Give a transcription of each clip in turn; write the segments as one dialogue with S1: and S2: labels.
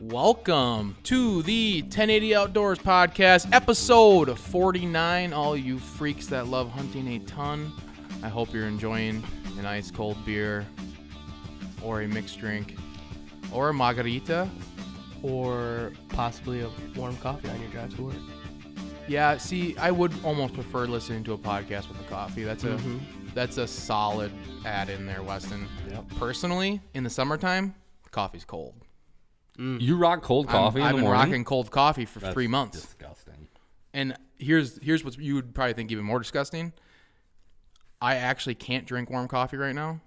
S1: Welcome to the 1080 Outdoors Podcast, episode 49. All you freaks that love hunting a ton, I hope you're enjoying an ice cold beer or a mixed drink or a margarita.
S2: or possibly a warm coffee on your drive to work.
S1: Yeah, see, I would almost prefer listening to a podcast with a coffee. That's a
S3: Mm-hmm.
S1: that's a solid add in there, Weston. Personally, in the summertime, coffee's cold.
S3: You rock cold
S1: I'm-
S3: coffee
S1: I've
S3: in the
S1: been
S3: morning.
S1: rocking cold coffee for
S3: That's
S1: three months.
S3: Disgusting.
S1: And here's here's what you would probably think even more disgusting. I actually can't drink warm coffee right now.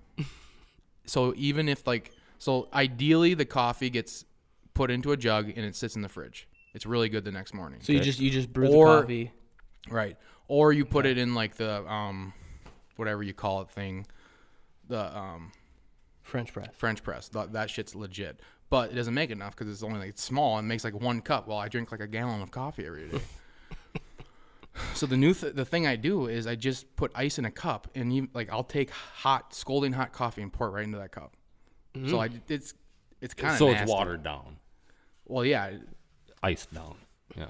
S1: so even if like so ideally the coffee gets put into a jug and it sits in the fridge. It's really good the next morning.
S2: So you just you just brew
S1: Or-
S2: the coffee.
S1: Right. Or you put it in like the um whatever you call it thing. The um
S2: French press.
S1: French press. That, that shit's legit. But it doesn't make enough because it's only like small and makes like one cup. While I drink like a gallon of coffee every day. so the new th- the thing I do is I just put ice in a cup and you like I'll take hot scalding hot coffee and pour it right into that cup. So I it's it's kind of
S3: Mm-hmm. So it's watered down,
S1: Well, yeah,
S3: iced down. Yeah.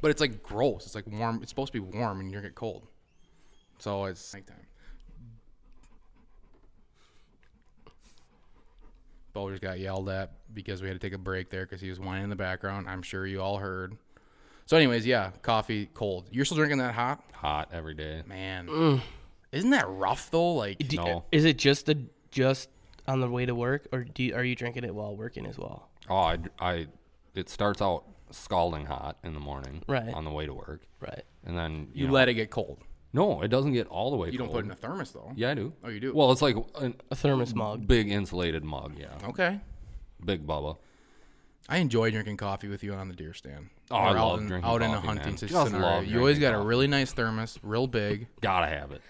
S1: but it's like gross. It's like warm. It's supposed to be warm and you get cold. So it's nighttime. Boulder's got yelled at because we had to take a break there because he was whining in the background. I'm sure you all heard. So, anyways, yeah, coffee cold. You're still drinking that hot,
S3: Hot every day.
S1: man. Isn't that rough though? Like,
S2: Do-
S3: No.
S2: Is it just the just on the way to work, or do you, are you drinking it while working as well?
S3: Oh, I, I, it starts out scalding hot in the morning.
S2: Right.
S3: On the way to work,
S2: Right.
S3: and then you,
S1: you
S3: know-
S1: let it get cold.
S3: No, it doesn't get all the way.
S1: You don't put it in a
S3: cold.
S1: thermos though.
S3: Yeah, I do.
S1: Oh, you do?
S3: Well, it's like a
S2: A thermos mug.
S3: big insulated mug. Yeah.
S1: Okay.
S3: Big Bubba.
S1: I enjoy drinking coffee with you on the deer stand.
S3: Oh, I
S1: Or out
S3: love
S1: in,
S3: drinking
S1: out in a
S3: coffee, man.
S1: hunting
S3: Just
S1: scenario.
S3: love
S1: you always
S3: drinking
S1: got a
S3: coffee.
S1: really nice thermos, real big.
S3: Gotta have it.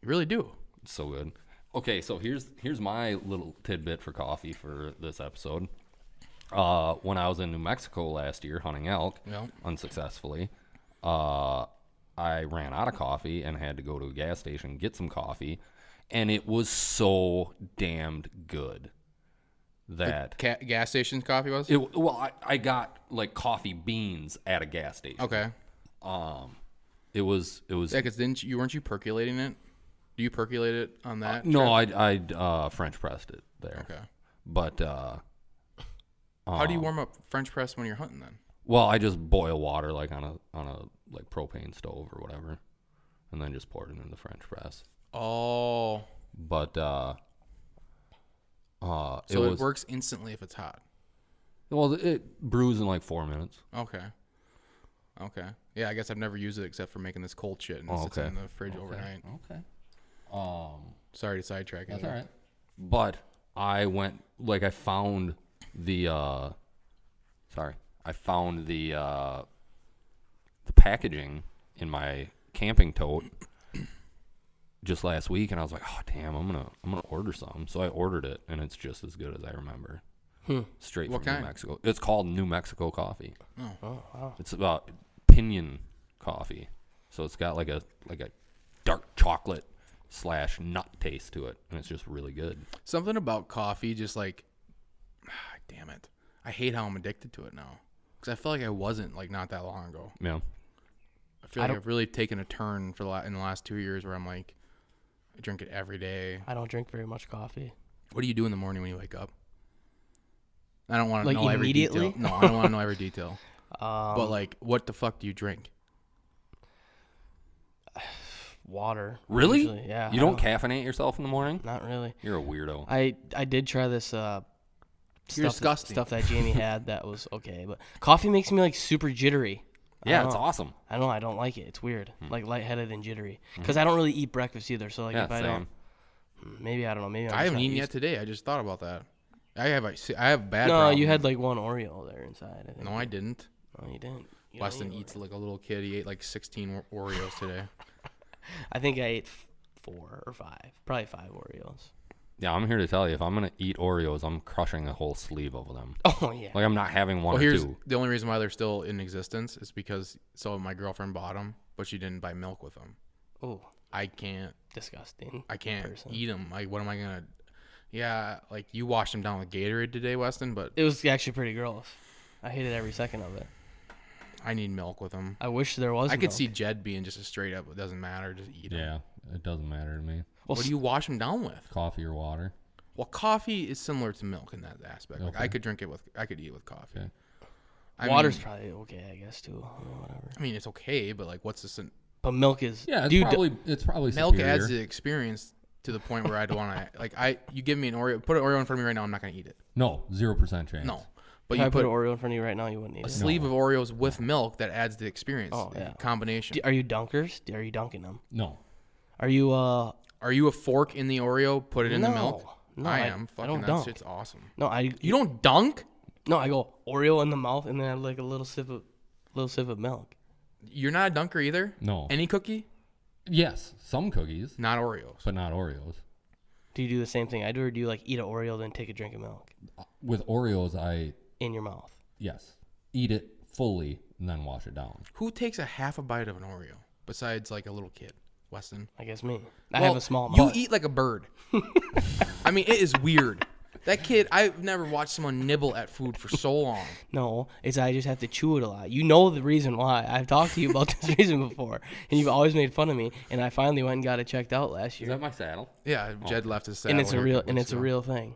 S1: You really do.
S3: It's so good. Okay, so here's here's my little tidbit for coffee for this episode. Uh, when I was in New Mexico last year hunting elk,
S1: Yeah.
S3: unsuccessfully, uh, I ran out of coffee and had to go to a gas station get some coffee, and it was so damned good that
S1: Ca- gas station coffee was?
S3: it. Well, I, I got like coffee beans at a gas station.
S1: okay.
S3: It was it was
S1: Yeah, because didn't you, weren't you percolating it? Do you percolate it on that?
S3: no, I I uh, French pressed it there,
S1: Okay.
S3: but uh,
S1: How
S3: Um,
S1: do you warm up French press when you're hunting then?
S3: Well, I just boil water like on a on a like propane stove or whatever, and then just pour it in the French press.
S1: Oh.
S3: But uh, uh,
S1: So
S3: it
S1: it,
S3: was
S1: works instantly if it's hot.
S3: well, it brews in like four minutes.
S1: Okay. Okay. Yeah, I guess I've never used it except for making this cold shit and it
S3: Oh,
S1: sits
S3: okay.
S1: in the fridge overnight.
S3: Okay, um,
S1: Sorry to sidetrack.
S3: that's
S1: anyway.
S3: all right. But I went like I found the uh, sorry, I found the uh, the packaging in my camping tote just last week, and I was like, "Oh damn, I'm gonna I'm gonna order some." So I ordered it, and it's just as good as I remember.
S2: Hmm.
S3: Straight
S1: What
S3: from
S1: kind?
S3: New Mexico. It's called New Mexico coffee.
S2: Oh wow.
S3: It's about pinion coffee, so it's got like a like a dark chocolate slash nut taste to it, and it's just really good.
S1: Something about coffee, just like, damn it, I hate how I'm addicted to it now. Because I feel like I wasn't like not that long ago.
S3: Yeah,
S1: I feel like I've really taken a turn for the la- in the last two years where I'm like, I drink it every day.
S2: I don't drink very much coffee.
S1: What do you do in the morning when you wake up? I don't want to
S2: Like,
S1: know every detail.
S2: immediately?
S1: No, I don't want to know every detail.
S2: Um,
S1: but like, what the fuck do you drink?
S2: water.
S3: really?
S2: usually, Yeah.
S3: You
S2: I
S3: don't caffeinate yourself in the morning?
S2: Not really.
S3: You're a weirdo.
S2: I I did try this.
S1: You're
S2: Uh, stuff that-
S1: disgusting.
S2: stuff that Jamie had that was okay, but coffee makes me like super jittery.
S3: yeah,
S2: I
S3: it's
S2: don't-
S3: awesome.
S2: I don't know. I don't like it. It's weird,
S3: Hmm.
S2: like lightheaded and jittery. Because I don't really eat breakfast either. So like
S3: yeah,
S2: if I
S3: same.
S2: don't, maybe I don't know. Maybe I'm
S1: I
S2: just
S1: haven't
S2: not
S1: eaten
S2: used
S1: yet today. I just thought about that. I have a, see, I have bad.
S2: no,
S1: problem.
S2: you had like one Oreo there inside. I think.
S1: No, I didn't.
S2: No, you didn't. You don't
S1: Weston
S2: eat
S1: eats like a little kid. He ate like 16 Ore- Oreos today.
S2: Oreo. I think I ate f- four or five, probably five Oreos.
S3: Yeah, I'm here to tell you, if I'm gonna eat Oreos, I'm crushing a whole sleeve of them.
S2: Oh yeah.
S3: Like I'm not having one
S1: Well,
S3: or
S1: here's
S3: two.
S1: the only reason why they're still in existence is because so my girlfriend bought them, but she didn't buy milk with them.
S2: oh,
S1: I can't.
S2: disgusting.
S1: I can't
S2: Person.
S1: eat them. Like, what am I gonna? Yeah, like you washed them down with Gatorade today, Weston. But
S2: It was actually pretty gross. I hated every second of it.
S1: I need milk with them.
S2: I wish there was.
S1: I could
S2: milk.
S1: see Jed being just a straight up. It doesn't matter. Just eat 'em."
S3: it doesn't matter to me.
S2: Well,
S1: What do you wash them down with?
S3: Coffee or water.
S1: Well, coffee is similar to milk in that aspect. Like I
S3: Okay.
S1: could drink it with, I could eat it with coffee.
S3: Okay.
S1: I
S2: water's
S1: Mean,
S2: probably okay, I guess too. I mean, whatever.
S1: I mean, it's okay, but like, what's the sin-
S2: But milk is.
S3: Yeah, it's
S2: dude,
S3: probably it's probably
S1: milk
S3: superior.
S1: adds the experience to the point where I'd want to like I. You give me an Oreo, put an Oreo in front of me right now. I'm not gonna eat it.
S3: No, zero percent chance.
S1: No, but
S2: If I
S1: you put
S2: put an Oreo in front of you right now, you wouldn't eat
S1: a
S2: it.
S1: sleeve of Oreos with milk that adds the experience.
S2: Oh, yeah.
S1: Combination.
S2: D- Are you dunkers? D- Are you dunking them?
S3: No.
S2: Are you uh?
S1: Are you a fork in the Oreo? Put it in the milk.
S2: No,
S1: I
S2: I-
S1: am.
S2: I
S1: Fucking
S2: don't
S1: that
S2: dunk.
S1: shit's awesome.
S2: No, I
S1: You don't dunk.
S2: no, I go Oreo in the mouth and then I have like a little sip of little sip of milk.
S1: You're not a dunker either.
S3: No.
S1: Any cookie,
S3: yes, some cookies,
S1: not Oreos.
S3: but not Oreos.
S2: Do you do the same thing I do, or do you like eat an Oreo then take a drink of milk
S3: With Oreos, I
S2: in your mouth?
S3: yes eat it fully and then wash it down.
S1: Who takes a half a bite of an Oreo besides like a little kid, Weston?
S2: I guess me. I
S1: Well,
S2: have a small
S1: You
S2: mouth.
S1: eat like a bird. I mean, it is weird. That kid, I've never watched someone nibble at food for so long.
S2: no, it's I just have to chew it a lot. You know the reason why. I've talked to you about this reason before, and you've always made fun of me. And I finally went and got it checked out last year.
S3: my saddle?
S1: Yeah, Jed left his saddle.
S2: and it's a
S1: here
S2: real
S1: couple
S2: and
S1: weeks
S2: it's a
S1: ago.
S2: real thing.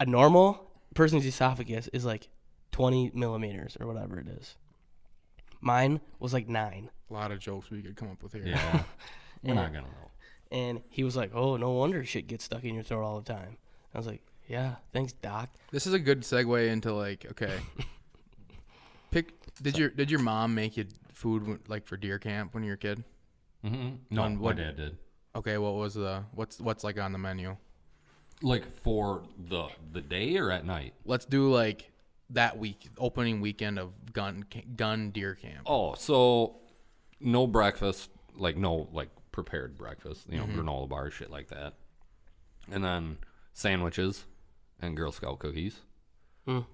S2: A normal person's esophagus is like 20 millimeters or whatever it is. Mine was like nine,
S1: A lot of jokes we could come up with here.
S3: Yeah. We're not gonna know.
S2: and he was like, "Oh, no wonder shit gets stuck in your throat all the time." I was like, "Yeah, thanks, doc."
S1: This is a good segue into like, okay, pick. Did your did your mom make you food when- like for deer camp when you were a kid?
S3: Mm-hmm. No,
S1: On
S3: my
S1: what-
S3: dad did.
S1: Okay, what was the what's what's like on the menu?
S3: Like for the the day or at night?
S1: Let's do like that week opening weekend of gun ca- gun deer camp.
S3: Oh, so no breakfast, like no like prepared breakfast, you know, granola bars, shit like that, and then sandwiches and Girl Scout cookies,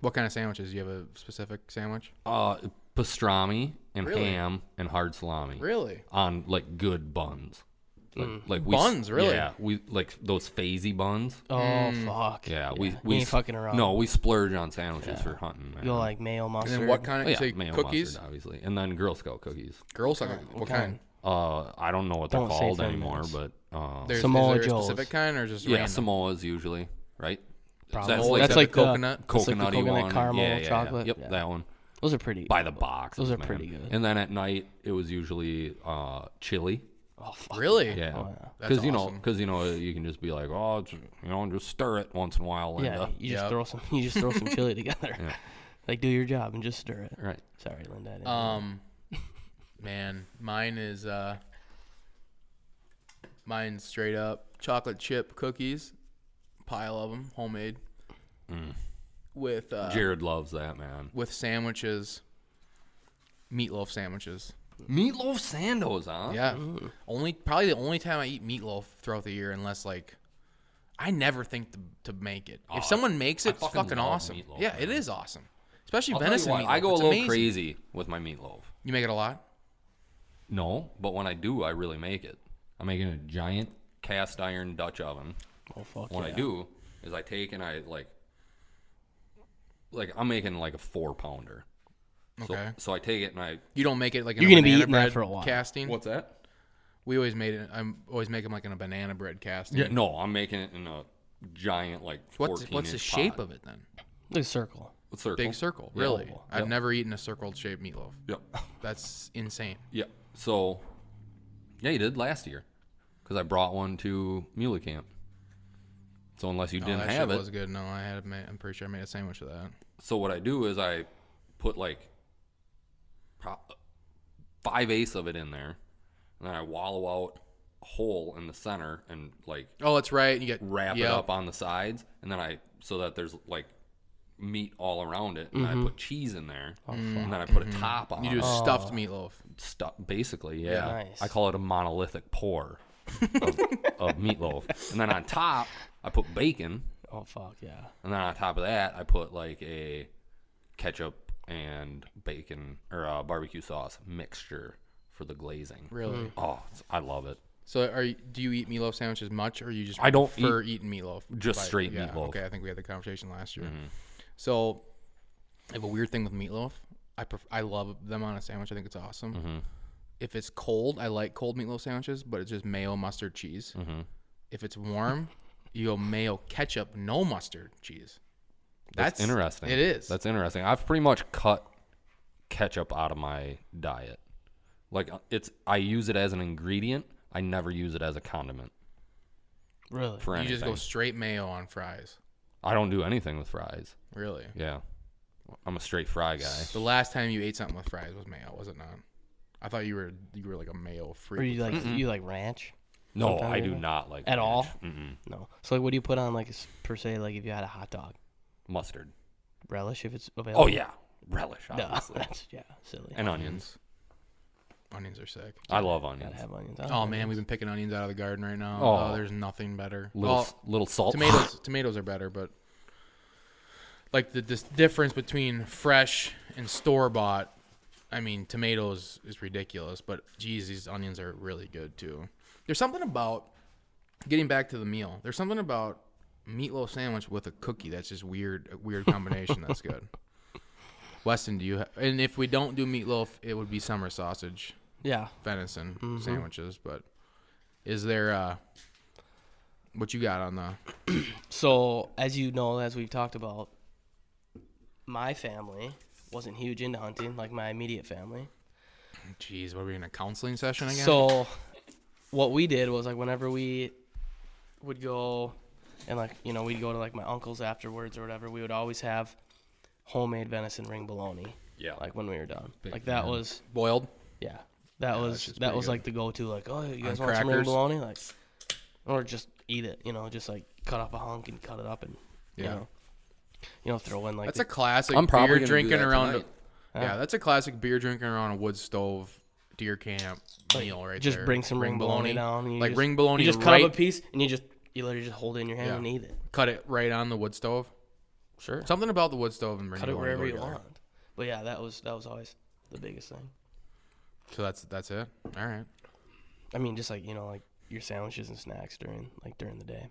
S1: What kind of sandwiches? Do you have a specific sandwich?
S3: uh, pastrami and
S1: Really?
S3: ham and hard salami.
S1: Really?
S3: on like good buns. Like, like we,
S1: Buns, really?
S3: Yeah, we like those phasey buns.
S2: Oh fuck.
S3: Mm. Yeah, we
S2: You
S3: we
S2: ain't
S3: s-
S2: fucking around.
S3: No, we splurge on sandwiches for hunting. Man.
S2: you go like mayo mustard.
S1: And then what kind
S3: Oh,
S1: of
S3: yeah,
S1: say
S3: mayo
S1: cookies?
S3: mustard, obviously, and then Girl Scout cookies.
S1: Girls like what, kind?
S3: Uh, I don't know what they're
S2: Don't say
S3: called
S2: thin
S3: anymore,
S2: mints.
S3: but uh,
S1: There's,
S2: Samoa
S1: is there
S2: Joes.
S1: a specific kind or just
S3: yeah,
S1: random?
S3: Samoa's usually right.
S2: Probably.
S3: That's like
S2: That's
S3: the
S2: like uh, the-
S1: coconut.
S2: that's like the
S3: coconutty
S2: coconut
S3: one.
S2: caramel
S3: yeah, yeah, yeah.
S2: chocolate.
S3: Yep,
S2: Yeah.
S3: that one
S2: Those are pretty.
S3: by the box.
S2: Those are pretty good.
S3: And then at night, it was usually uh, chili.
S2: Oh fuck.
S1: Really?
S3: Yeah,
S1: That's
S3: because you know,
S1: awesome.
S3: because you know, you can just be like, oh, it's, you know, just stir it once in a while,
S2: Yeah.
S3: Linda.
S2: You just
S1: Yep.
S2: throw some. You just throw some chili together. Like do your job and just stir it.
S3: Right.
S2: Sorry, Linda. I didn't
S1: Um, man, mine is uh, mine's straight up chocolate chip cookies, pile of them, homemade,
S3: Mm.
S1: with uh,
S3: Jared loves that man.
S1: with sandwiches, meatloaf sandwiches.
S3: Meatloaf Sandos, huh?
S1: Yeah, only probably the only time I eat meatloaf throughout the year, unless like. I never think to, to make it. If someone makes it, it's
S3: Oh, fucking
S1: fucking,
S3: love
S1: awesome.
S3: meatloaf,
S1: yeah, it
S3: man.
S1: is awesome. Especially
S3: I'll tell you
S1: venison
S3: what,
S1: meatloaf.
S3: I go a
S1: It's
S3: little
S1: amazing.
S3: crazy with my meatloaf.
S1: You make it a lot?
S3: No, but when I do, I really make it. I make it in a giant cast iron Dutch oven.
S2: Oh fuck.
S3: What I
S2: yeah.
S3: do is I take and I like, like I'm making like a four pounder. So,
S1: Okay.
S3: so I take it and I.
S1: You don't make it like in
S2: You're
S1: a
S2: gonna be
S1: banana
S2: eating that
S1: bread
S2: for a while.
S1: Casting.
S3: that?
S1: We always made it. I'm always make them like in a banana bread casting.
S3: Yeah, no, I'm making it in a giant like.
S1: What's
S3: 14
S1: what's the shape of it then?
S2: Like a circle.
S3: A circle.
S1: Big circle, really?
S2: oval.
S1: I've never eaten a circled shaped meatloaf.
S3: Yep.
S1: That's insane.
S3: Yeah. So, yeah, you did last year because I brought one to Muley Camp. So unless you
S1: No,
S3: didn't
S1: that
S3: have
S1: shit
S3: it,
S1: was good. No, I had. ma- I'm pretty sure I made a sandwich of that.
S3: so what I do is I put like pro- five eighths of it in there, and then I wallow out a hole in the center and like
S1: Oh, that's right. You get
S3: wrap
S1: yep.
S3: it up on the sides, and then I so that there's like meat all around it, and
S1: Mm-hmm.
S3: I put cheese in there, and then I put a top on
S1: Oh, You do
S3: it.
S1: a stuffed meatloaf.
S3: stuff basically yeah
S2: Nice.
S3: i call it a monolithic pour of, of meatloaf and then on top i put bacon
S2: Oh fuck yeah.
S3: and then on top of that i put like a ketchup and bacon or uh, barbecue sauce mixture for the glazing
S1: Really?
S3: oh it's- i love it
S1: So, are you, do you eat meatloaf sandwiches much, or you just
S3: I don't
S1: prefer eating meatloaf?
S3: just
S1: by-
S3: straight
S1: yeah,
S3: meatloaf. Mm-hmm.
S1: Okay, I think we had the conversation last year. So, I have a weird thing with meatloaf. I pref- I love them on a sandwich. I think it's awesome.
S3: Mm-hmm.
S1: If it's cold, I like cold meatloaf sandwiches, but it's just mayo, mustard, cheese.
S3: Mm-hmm.
S1: If it's warm, you go mayo, ketchup, no mustard, cheese.
S3: that's, interesting
S1: It is.
S3: that's interesting i've pretty much cut ketchup out of my diet like uh, it's i use it as an ingredient i never use it as a condiment
S2: Really?
S3: for
S1: you
S3: anything
S1: just go straight mayo on fries.
S3: i don't do anything with fries
S1: Really?
S3: Yeah. I'm a straight fry guy.
S1: The last time you ate something with fries was mayo, was it not? I thought you were you were like a mayo freak.
S2: Or
S1: with
S2: you like you like ranch
S3: No,
S2: Sometimes
S3: I
S2: you
S3: do
S2: do.
S3: not like
S2: at all?
S3: Mm-mm.
S2: No. So like, what do you put on like s- per se like if you had a hot dog
S3: mustard.
S2: relish if it's available?
S3: Oh yeah, relish
S2: No,
S3: obviously,
S2: that's yeah silly.
S3: and onions.
S1: Onions are sick.
S3: I love
S2: Gotta
S3: onions.
S2: have onions. I don't
S1: Oh
S2: like
S1: man, we've been picking onions out of the garden right now.
S3: Oh.
S1: Oh, there's nothing better.
S3: Little
S1: Well,
S3: s- little salt.
S1: tomatoes tomatoes are better, but like the this difference between fresh and store bought. I mean, tomatoes is ridiculous, but geez, these onions are really good too. There's something about getting back to the meal. There's something about meatloaf sandwich with a cookie that's just weird, a weird combination. that's good. Weston, do you? Ha- and if we don't do meatloaf, it would be summer sausage
S2: Yeah.
S1: venison sandwiches, but is there uh what you got on the
S2: So as you know, as we've talked about, my family wasn't huge into hunting like my immediate family.
S1: Jeez, what are we in a counseling session again?
S2: So what we did was like whenever we would go and like you know we'd go to like my uncle's afterwards or whatever, we would always have homemade venison ring bologna.
S3: Yeah.
S2: Like when we were done. like that was
S1: boiled.
S2: yeah. That was
S1: shit's
S2: that
S1: pretty
S2: was
S1: good.
S2: like the go to like, oh you guys
S1: On
S2: want some ring
S1: crackers?
S2: bologna? Like or just eat it, you know, just like cut off a hunk and cut it up and you
S1: Yeah.
S2: know you know, throw in like
S1: That's
S2: the-
S1: a classic
S3: I'm probably
S1: beer
S3: gonna do
S1: drinking
S3: that
S1: around
S3: tonight.
S1: a, yeah, that's a classic beer drinking around a wood stove deer camp meal right
S2: just
S1: there.
S2: bring some ring, bologna, down. and you
S1: like
S2: just-
S1: ring bologna
S2: You just cut
S1: right,
S2: up a piece and you just you literally just hold it in your hand
S1: Yeah.
S2: and eat it.
S1: cut it right on the wood stove.
S2: Sure.
S1: Something about the wood stove and ring
S2: cut it
S1: bologna
S2: wherever
S1: go
S2: you
S1: together.
S2: want. But yeah, that was that was always the biggest thing.
S1: So that's that's it. All right.
S2: I mean, just like you know, like your sandwiches and snacks during like during the day.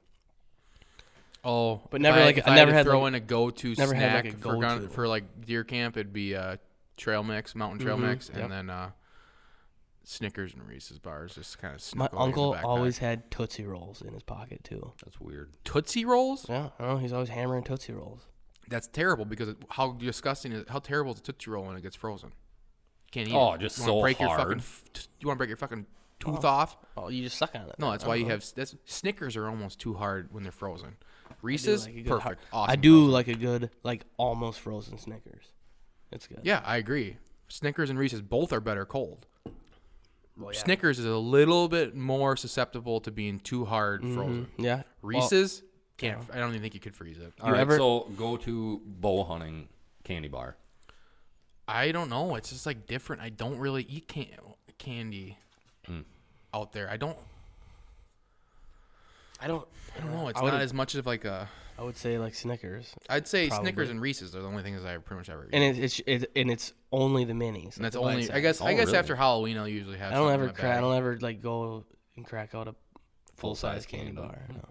S1: Oh, if
S2: But never,
S1: I,
S2: like,
S1: if
S2: I
S1: I had
S2: never
S1: to
S2: had,
S1: throw
S2: like-
S1: in a go-to
S2: never had,
S1: snack
S2: like, a
S1: for, gon-
S2: go-to.
S1: for like deer camp. It'd be uh, trail mix, mountain trail mix, and
S2: Mm-hmm. yep.
S1: then uh, Snickers and Reese's bars. Just kind of
S2: My uncle always had tootsie rolls in his pocket too.
S3: That's weird.
S1: Tootsie rolls.
S2: Yeah, I don't know. He's always hammering tootsie rolls.
S1: That's terrible because it, how disgusting is how terrible is a tootsie roll when it gets frozen. Can't eat.
S3: Oh,
S1: it.
S3: just
S1: You wanna
S3: so
S1: break Your
S3: hard.
S1: fucking, f- t- you want to break your fucking tooth off?
S2: Oh, you just suck on it.
S1: No, that's
S2: I
S1: why
S2: don't
S1: you
S2: know.
S1: have s- that's, Snickers are almost too hard when they're frozen.
S2: I do
S1: Reese's
S2: like a good hard-
S1: perfect. Awesome.
S2: I do
S1: frozen.
S2: like a good like almost frozen Snickers. It's good.
S1: Yeah, I agree. Snickers and Reese's both are better cold. Snickers is a little bit more susceptible to being too hard
S2: Mm-hmm.
S1: frozen.
S2: Yeah.
S1: Reese's can't. I don't even think you could freeze it.
S3: All right,
S2: ever-
S3: so go to bow hunting candy bar.
S1: I don't know. It's just like different. I don't really eat can- candy
S2: Mm.
S1: out there. I don't.
S2: I don't.
S1: I don't know. It's
S2: I e
S1: not
S2: would've-
S1: as much of like a.
S2: I would say like Snickers,
S1: I'd say Snickers
S2: Probably.
S1: and Reese's are the only things I pretty much ever eat.
S2: and it's it's it, and it's only the minis.
S1: And that's
S2: like, by
S1: only. I
S2: itself.
S1: guess. I
S3: Oh,
S1: guess
S3: really?
S1: after Halloween, I'll usually have.
S2: I don't
S1: something
S2: ever
S1: in my
S2: crack. I
S1: bag.
S2: don't ever like go and crack out a full size
S3: Full-size
S2: candy
S3: candy
S2: bar. no.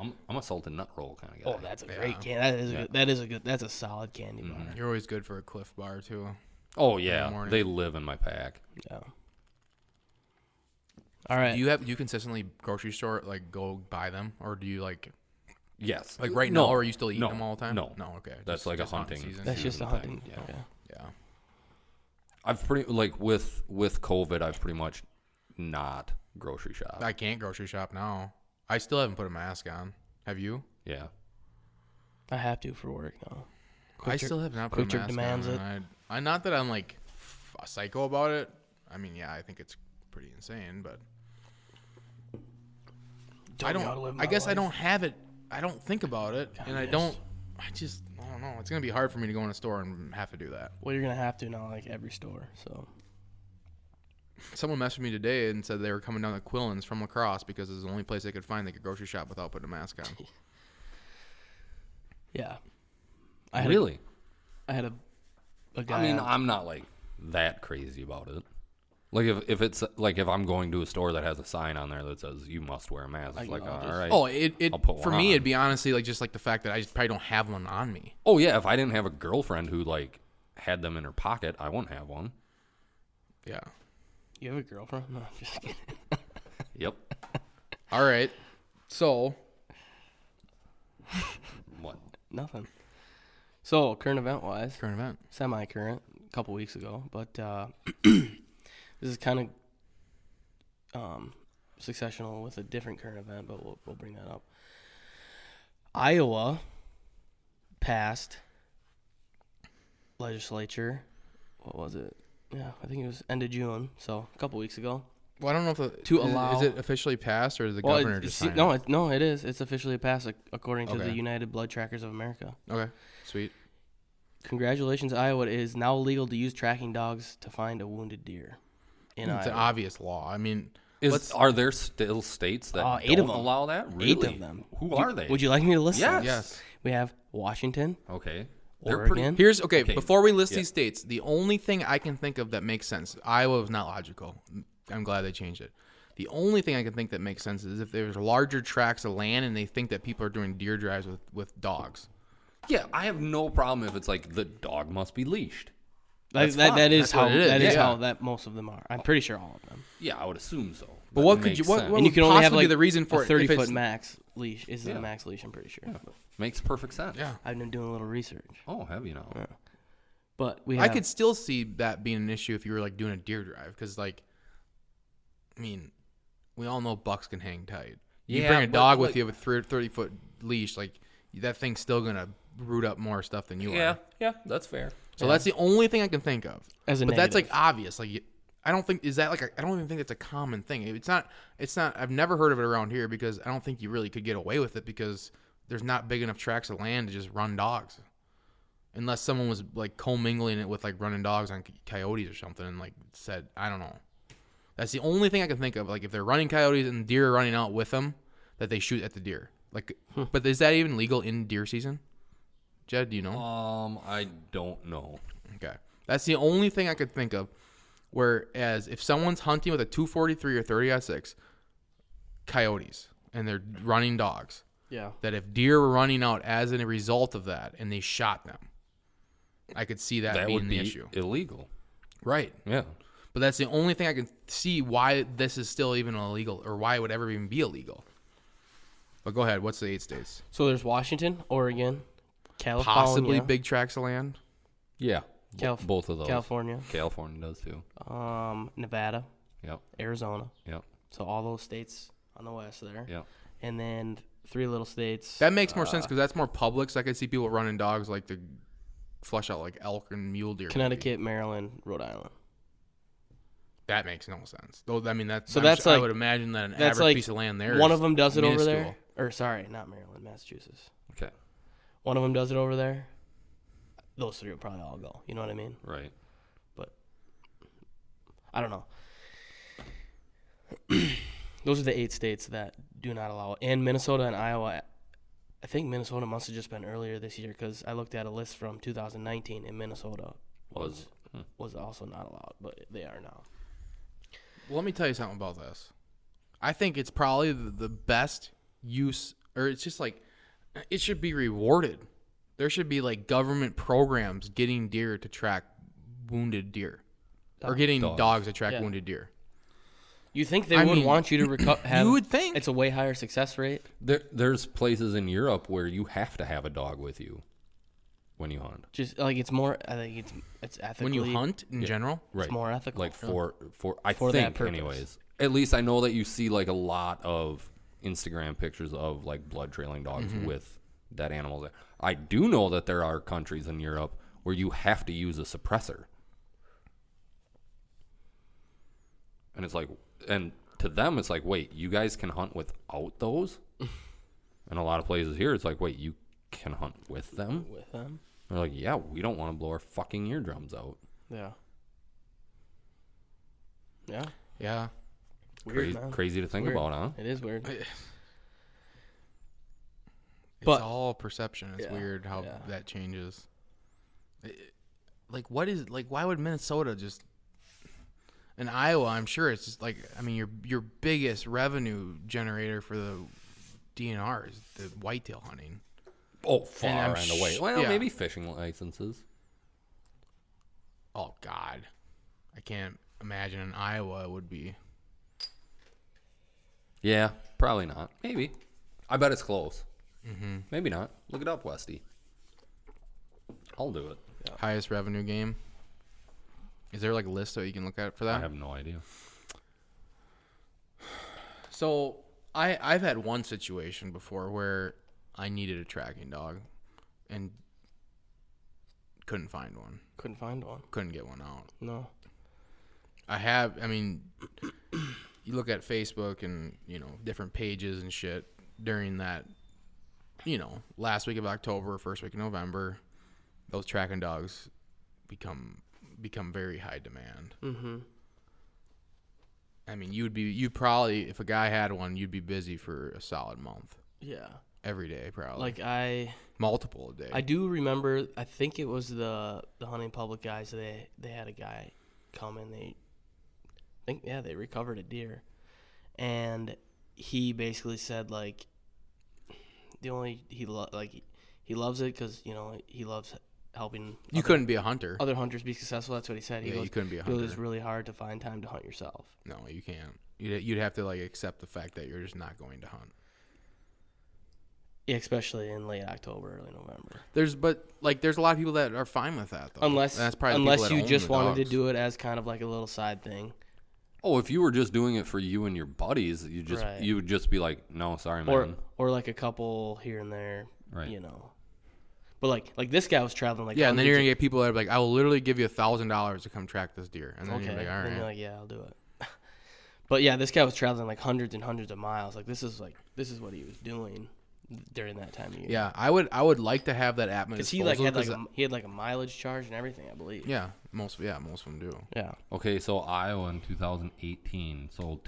S3: I'm, I'm a salted nut roll kind of guy.
S2: Oh, that's a great can. That is a good. That is a good. That's a solid candy bar.
S1: You're always good for a Cliff Bar too.
S3: oh
S1: Good
S3: yeah,
S1: morning.
S3: they live in my pack.
S2: Yeah. All right.
S1: Do you have do you consistently grocery store like go buy them or do you like
S3: Yes,
S1: like right
S3: no,
S1: now or are you still eating
S3: no,
S1: them all the time?
S3: No,
S1: no, okay.
S3: That's
S1: Just-
S3: like a
S1: just hunting
S3: hunting.
S1: season.
S2: that's just a
S3: thing,
S2: hunting.
S3: Yeah.
S2: Okay.
S1: Yeah,
S3: I've pretty like with with COVID, I've pretty much not grocery shop.
S1: I can't grocery shop now. I still haven't put a mask on. Have you?
S3: yeah,
S2: I have to for work now.
S1: I
S2: trip-
S1: still have not put a
S2: quick
S1: mask
S2: trip demands
S1: on.
S2: it.
S1: and I, I not that I'm like f- a psycho about it. I mean, yeah, I think it's pretty insane, but I
S2: me how to live
S1: don't. I
S2: my
S1: guess I
S2: life.
S1: don't have it I don't think about it, and I don't. I just I don't know. It's gonna be hard for me to go in a store and have to do that.
S2: Well, you're gonna have to now, like every store. So
S1: Someone messaged me today and said they were coming down to Quillen's from Lacrosse because it's the only place they could find they could grocery shop without putting a mask on.
S2: yeah, I had
S3: really?
S2: A, I had a. a guy
S3: I mean,
S2: on-
S3: I'm not like that crazy about it. Like if, if it's like if I'm going to a store that has a sign on there that says you must wear a mask, it's like all right.
S1: Oh, it, it
S3: I'll put
S1: for
S3: one
S1: me
S3: on.
S1: it'd be honestly like just like the fact that I just probably don't have one on me.
S3: Oh yeah, if I didn't have a girlfriend who like had them in her pocket, I wouldn't have one.
S1: Yeah.
S2: You have a girlfriend? No, I'm just kidding.
S3: Yep.
S1: All right. So
S3: What?
S2: Nothing. So current event wise,
S1: current event.
S2: semi-current, a couple weeks ago, but uh, this is kind of um, successional with a different current event, but we'll, we'll bring that up. Iowa passed legislature. What was it? Yeah, I think it was end of June, so a couple weeks ago.
S1: Well, I don't know if the,
S2: To
S1: is,
S2: allow-
S1: is it officially passed or is the
S2: Well,
S1: governor
S2: it,
S1: just signed
S2: it's- no,
S1: it?
S2: it, no, it is. It's officially passed ac- according to the
S1: Okay.
S2: United Blood Trackers of America.
S1: Okay. Sweet.
S2: Congratulations, Iowa! It is now legal to use tracking dogs to find a wounded deer. In
S1: it's an
S2: Iowa.
S1: obvious law. I mean,
S3: Is
S1: let's
S3: are there still states that
S2: Uh, eight
S3: don't
S2: of 'em.
S3: allow that? Really?
S2: Eight of them.
S3: Who
S2: Do-
S3: are they?
S2: Would you like me to list? them?
S3: Yes.
S1: yes.
S2: We have Washington.
S3: Okay.
S2: Oregon?
S1: Here's okay,
S3: Okay,
S1: Before we list
S3: yeah.
S1: these states, the only thing I can think of that makes sense. Iowa is not logical. I'm glad they changed it. The only thing I can think that makes sense is if there's larger tracts of land and they think that people are doing deer drives with, with dogs.
S3: Yeah, I have no problem if it's like the dog must be leashed.
S2: Like, that, that
S3: fine.
S2: is
S3: That's
S2: how
S3: what it is,
S2: that is
S1: yeah.
S2: how that most of them are. I'm pretty sure all of them.
S3: Yeah, I would assume so.
S1: But
S3: That
S1: what could
S3: makes
S1: you? What,
S3: sense.
S1: what
S2: And you
S1: would
S2: can only have
S1: possibly
S2: like
S1: be the reason for
S2: a
S1: it?
S2: 30
S1: if it's-
S2: foot max leash is the max leash. I'm pretty sure.
S3: makes perfect sense?
S1: Yeah.
S2: I've been doing a little research,
S3: Oh, have you now?
S2: but we have,
S1: I could still see that being an issue if you were like doing a deer drive because like, I mean, we all know bucks can hang tight. You
S3: Yeah,
S1: bring a
S3: but,
S1: dog with
S3: like-
S1: you with three, 30 foot leash, like that thing's still gonna root up more stuff than you
S3: Yeah,
S1: are.
S3: yeah, that's fair.
S1: So that's the only thing I can think of.
S2: As a
S1: but that's like
S2: negative.
S1: obvious. Like I don't think is that like I I don't even think that's a common thing. It's not. It's not. I've never heard of it around here because I don't think you really could get away with it because there's not big enough tracts of land to just run dogs, unless someone was like commingling it with like running dogs on coyotes or something and like said I don't know. That's the only thing I can think of. Like if they're running coyotes and deer are running out with them, that they shoot at the deer. Like,
S2: Hmm.
S1: but is that even legal in deer season? Jed, do you know?
S3: Um, I don't know.
S1: Okay. That's the only thing I could think of. Whereas if someone's hunting with a 243 or 30 6 coyotes, and they're running dogs,
S2: yeah.
S1: that if deer were running out as a result of that and they shot them, I could see that,
S3: That
S1: being
S3: would be
S1: the issue.
S3: illegal.
S1: Right.
S3: Yeah.
S1: But that's the only thing I can see why this is still even illegal or why it would ever even be illegal. But go ahead. What's the eight states?
S2: So there's Washington, Oregon, California,
S1: Possibly big tracts of land.
S3: Yeah. Bo-
S2: Calif-
S3: both of those.
S2: California,
S3: California does too.
S2: um, Nevada,
S3: Yep.
S2: Arizona.
S3: Yep.
S2: So all those states on the west there,
S3: Yep.
S2: and then three little states.
S1: That makes more sense
S2: Uh,
S1: because that's more public. So I could see people running dogs like to flush out like elk and mule deer. maybe.
S2: Connecticut, Maryland, Rhode Island.
S1: That makes no sense. Though I mean that's
S2: So
S1: so
S2: that's
S1: that's I
S2: like-
S1: would imagine that an
S2: That's
S1: average
S2: like
S1: piece of land there.
S2: One
S1: is
S2: of them does it over there,
S1: minuscule.
S2: or sorry, not Maryland, Massachusetts.
S3: Okay.
S2: One of them does it over there. Those three will probably all go. You know what I mean?
S3: Right.
S2: But I don't know. Those are the eight states that do not allow it, and Minnesota and Iowa. I think Minnesota must have just been earlier this year because I looked at a list from 2019, and Minnesota was was also not allowed, but they are now.
S1: Let me tell you something about this. I think it's probably the, the best use, or it's just like it should be rewarded. There should be like government programs getting deer to track wounded deer, or getting dogs, to track
S2: Oh, Yeah.
S1: wounded deer.
S2: You think they
S1: I
S2: would
S1: mean,
S2: want you to reco- have?
S1: would think.
S2: it's a way higher success rate.
S3: There, there's places in Europe where you have to have a dog with you when you hunt.
S2: Just like it's more, I think it's it's
S1: When
S2: ethically
S1: you hunt in general,
S3: Right.
S2: more ethical.
S3: Like for for I
S2: For that
S3: think
S2: purpose.
S3: anyways. At least I know that you see like a lot of Instagram pictures of like blood trailing dogs
S2: Mm-hmm.
S3: with that animal there. I do know that there are countries in Europe where you have to use a suppressor. And it's like and to them it's like, wait, you guys can hunt without those? And a lot of places here, it's like, wait, you can hunt with them?
S2: with them.
S3: They're like, yeah, we don't want to blow our fucking eardrums out.
S2: Yeah. Yeah.
S1: Yeah.
S2: Weird,
S3: Crazy,
S2: man.
S3: crazy to think
S2: Weird.
S3: about, huh?
S2: It is weird.
S1: It's
S2: But-
S1: all perception. It's
S2: Yeah,
S1: weird how
S2: yeah.
S1: that changes. It- like what is like why would Minnesota just in Iowa, I'm sure it's just like I mean your your biggest revenue generator for the DNR is the whitetail hunting.
S3: Oh, far
S1: I'm
S3: and, away.
S1: sh-
S3: well,
S1: yeah.
S3: maybe fishing licenses.
S1: Oh God, I can't imagine in Iowa it would be.
S3: Yeah, probably not. Maybe. I bet it's close. Mm-hmm. Maybe not. Look it up, Westy. I'll do it.
S1: highest revenue game. Is there like a list that you can look at for
S3: I
S1: that?
S3: have no idea.
S1: So I I've had one situation before where I needed a tracking dog and couldn't find one.
S2: Couldn't find one.
S1: Couldn't get one out.
S2: No.
S1: I have I mean you look at Facebook and, you know, different pages and shit during that you know, last week of October, first week of November, those tracking dogs become become very high demand.
S2: Mm-hmm.
S1: I mean, you'd be you probably if a guy had one, you'd be busy for a solid month,
S2: Yeah.
S1: every day probably,
S2: Like I,
S1: multiple a day.
S2: I do remember. I think it was the the hunting public guys. They they had a guy come and they, I think yeah, they recovered a deer, and he basically said like, the only he lo- like he loves it because you know he loves helping
S1: you
S2: other-
S1: couldn't be a hunter.
S2: other hunters be successful. That's what he said. He
S1: Yeah, you
S2: goes,
S1: couldn't be a
S2: "It was
S1: hunter."
S2: really hard to find time to hunt yourself.
S1: no, you can't. You'd, you'd have to like accept the fact that you're just not going to hunt.
S2: Yeah, especially in late October, early November.
S1: There's but like there's a lot of people that are fine with that though.
S2: Unless
S1: And that's probably the people
S2: unless
S1: that
S2: you
S1: own
S2: just
S1: the
S2: wanted to
S1: dogs.
S2: do it as kind of like a little side thing.
S3: Oh, if you were just doing it for you and your buddies, you just
S2: Right.
S3: you would just be like, no, sorry, man.
S2: or or like a couple here and there,
S3: Right.
S2: You know, but like like this guy was traveling like
S1: Yeah, and then you're
S2: hundreds
S1: gonna get people that are like, I will literally give you a thousand dollars to come track this deer, and then
S2: of- okay,
S1: you're like, all
S2: then
S1: right,
S2: you're like yeah, I'll do it. but yeah, this guy was traveling like hundreds and hundreds of miles. Like this is like this is what he was doing during that time of year.
S1: yeah, I would I would like to have that app.
S2: because he like had like
S1: yeah,
S2: a, he had like a mileage charge and everything, I believe.
S1: most yeah most of them do.
S2: yeah.
S3: Okay, so Iowa in 2018 sold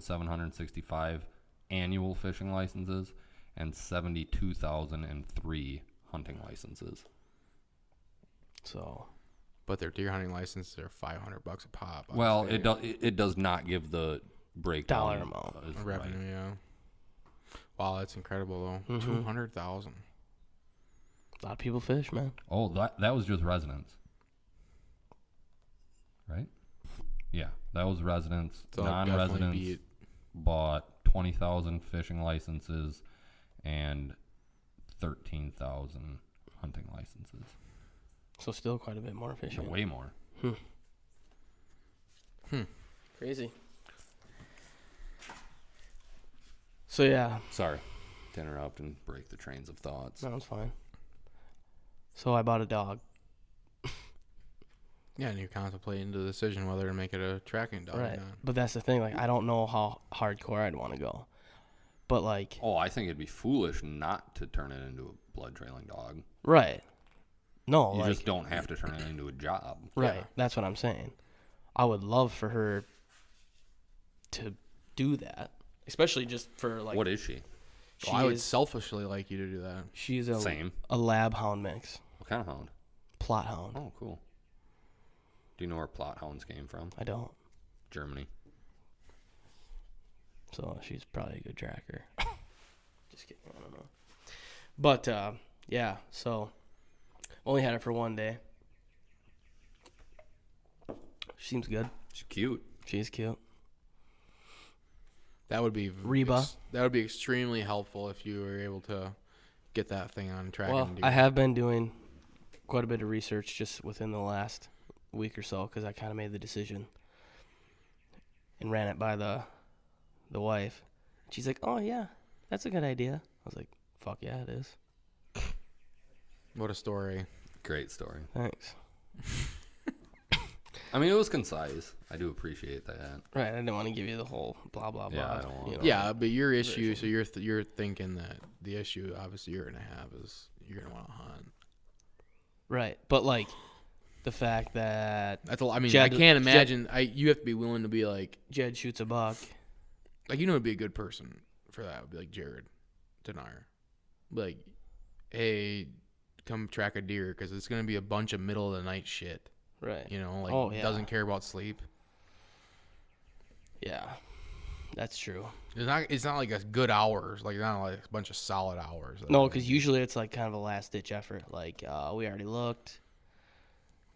S3: 201,765 annual fishing licenses and 72,003 hunting licenses.
S2: So
S1: But their deer hunting licenses are five hundred bucks a pop. I
S3: Well,
S1: would
S3: it
S1: say.
S3: does it, it does not give the breakdown
S2: Dollar amount.
S3: uh, is right.
S1: revenue. Yeah. Wow, that's incredible though.
S2: Mm-hmm.
S1: hundred thousand.
S2: a lot of people fish, man.
S3: Oh, that that was just residents. Right? Yeah, that was residents.
S1: So I'll definitely
S3: Non-residents
S1: beat-
S3: bought 20,000 fishing licenses and 13,000 hunting licenses.
S2: So still quite a bit more
S3: So
S2: fishing.
S3: way more.
S2: Crazy. So yeah,
S3: Sorry to interrupt and break the trains of thoughts.
S2: sounds fine. So I bought a dog.
S1: Yeah, and you're contemplating the decision whether to make it a tracking
S3: Oh,
S1: dog
S2: Right.
S1: or not.
S2: But that's the thing. Like, I don't know how hardcore I'd want to go. But, like,
S3: Oh, I think it'd be foolish not to turn it into a blood trailing dog.
S2: right. No,
S3: You
S2: like,
S3: just don't have to turn it into a job.
S2: right. That's what I'm saying. I would love for her to do that, especially just for, like,
S3: what is she?
S2: she
S1: Well, I would
S2: is-
S1: selfishly like you to do that.
S2: she's a,
S3: Same.
S2: a lab hound mix,
S3: What kind of hound?
S2: plot hound.
S3: Oh, cool. Do you know where plot hounds came from?
S2: I don't.
S3: Germany.
S2: So she's probably a good tracker. Just kidding. I don't know. But uh, yeah, so only had it for one day. She seems good.
S3: She's cute.
S2: She's cute.
S1: That would be v-
S2: Reba.
S1: that would be extremely helpful if you were able to get that thing on track.
S2: Well,
S1: and do
S2: I have been doing quite a bit of research just within the last week or so because I kind of made the decision and ran it by the the wife. She's like, "Oh yeah, that's a good idea." I was like, "Fuck yeah, it is."
S1: What a story!
S3: Great story.
S2: Thanks.
S3: I mean, it was concise. I do appreciate that.
S2: Right, I didn't want to give you the whole blah blah blah.
S3: Yeah, I don't
S2: you
S3: want-
S2: know.
S1: Yeah, but your issue, so you're th- you're thinking that the issue, obviously, you're gonna have is you're gonna want to hunt.
S2: Right, but like the fact that
S1: That's a lot. I mean,
S2: Jed-
S1: I can't
S2: Jed-
S1: imagine. I you have to be willing to be like
S2: Jed shoots a buck,
S1: like you know would be a good person for that would be like Jared Denier, like hey, come track a deer because it's gonna be a bunch of middle of the night shit.
S2: right?
S1: You know, like
S2: Oh, yeah.
S1: doesn't care about sleep.
S2: Yeah, that's true.
S1: It's not. It's not like a good hours. Like not like a bunch of solid hours.
S2: No, because usually it's like kind of a last ditch effort. Like uh, we already looked,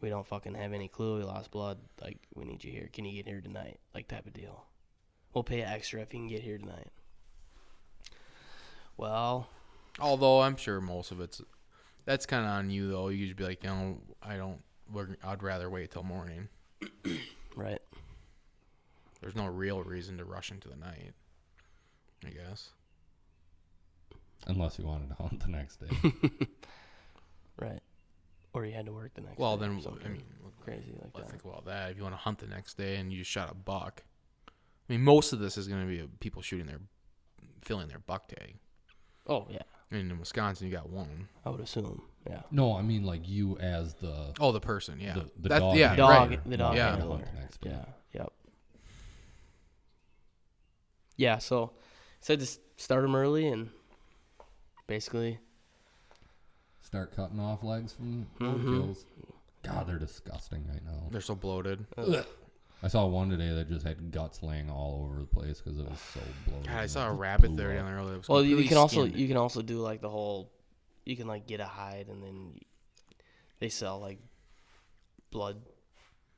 S2: we don't fucking have any clue. We lost blood. Like we need you here. Can you get here tonight? Like type of deal. We'll pay you extra if you can get here tonight. Well,
S1: Although I'm sure most of it's that's kind of on you though. You should be like, you know, I don't. we're- I'd rather wait till morning.
S2: right.
S1: There's no real reason to rush into the night. I guess.
S3: Unless you wanted to hunt the next day.
S2: Right. Or you had to work the next
S1: Well,
S2: day or
S1: then I
S2: something
S1: mean,
S2: crazy like
S1: let's
S2: that.
S1: think about that. If you want to hunt the next day and you just shot a buck, I mean, most of this is going to be people shooting their filling their buck tag.
S2: Oh, yeah.
S1: I mean, in Wisconsin, you got one.
S2: I would assume. Yeah.
S3: no, I mean like you as the
S1: Oh, the person, yeah,
S3: The- the
S1: That-
S3: dog
S1: yeah,
S3: handler.
S2: Dog,
S1: right.
S2: the dog
S1: Yeah.
S2: handler.
S3: Hunt the next day.
S2: Yeah. Yep. Yeah. So, so just start them early and basically,
S3: start cutting off legs from roadkills.
S1: Mm-hmm.
S3: God, they're disgusting right now.
S1: They're so bloated.
S3: I saw one today that just had guts laying all over the place because it was so bloated.
S1: God, I
S3: and
S1: saw
S3: it
S1: a
S3: just
S1: rabbit
S3: blew
S1: there
S3: up.
S1: down there earlier. It was
S2: well, you,
S1: completely
S2: can also
S1: skinned.
S2: you can also do like the whole, you can like get a hide and then y- they sell like blood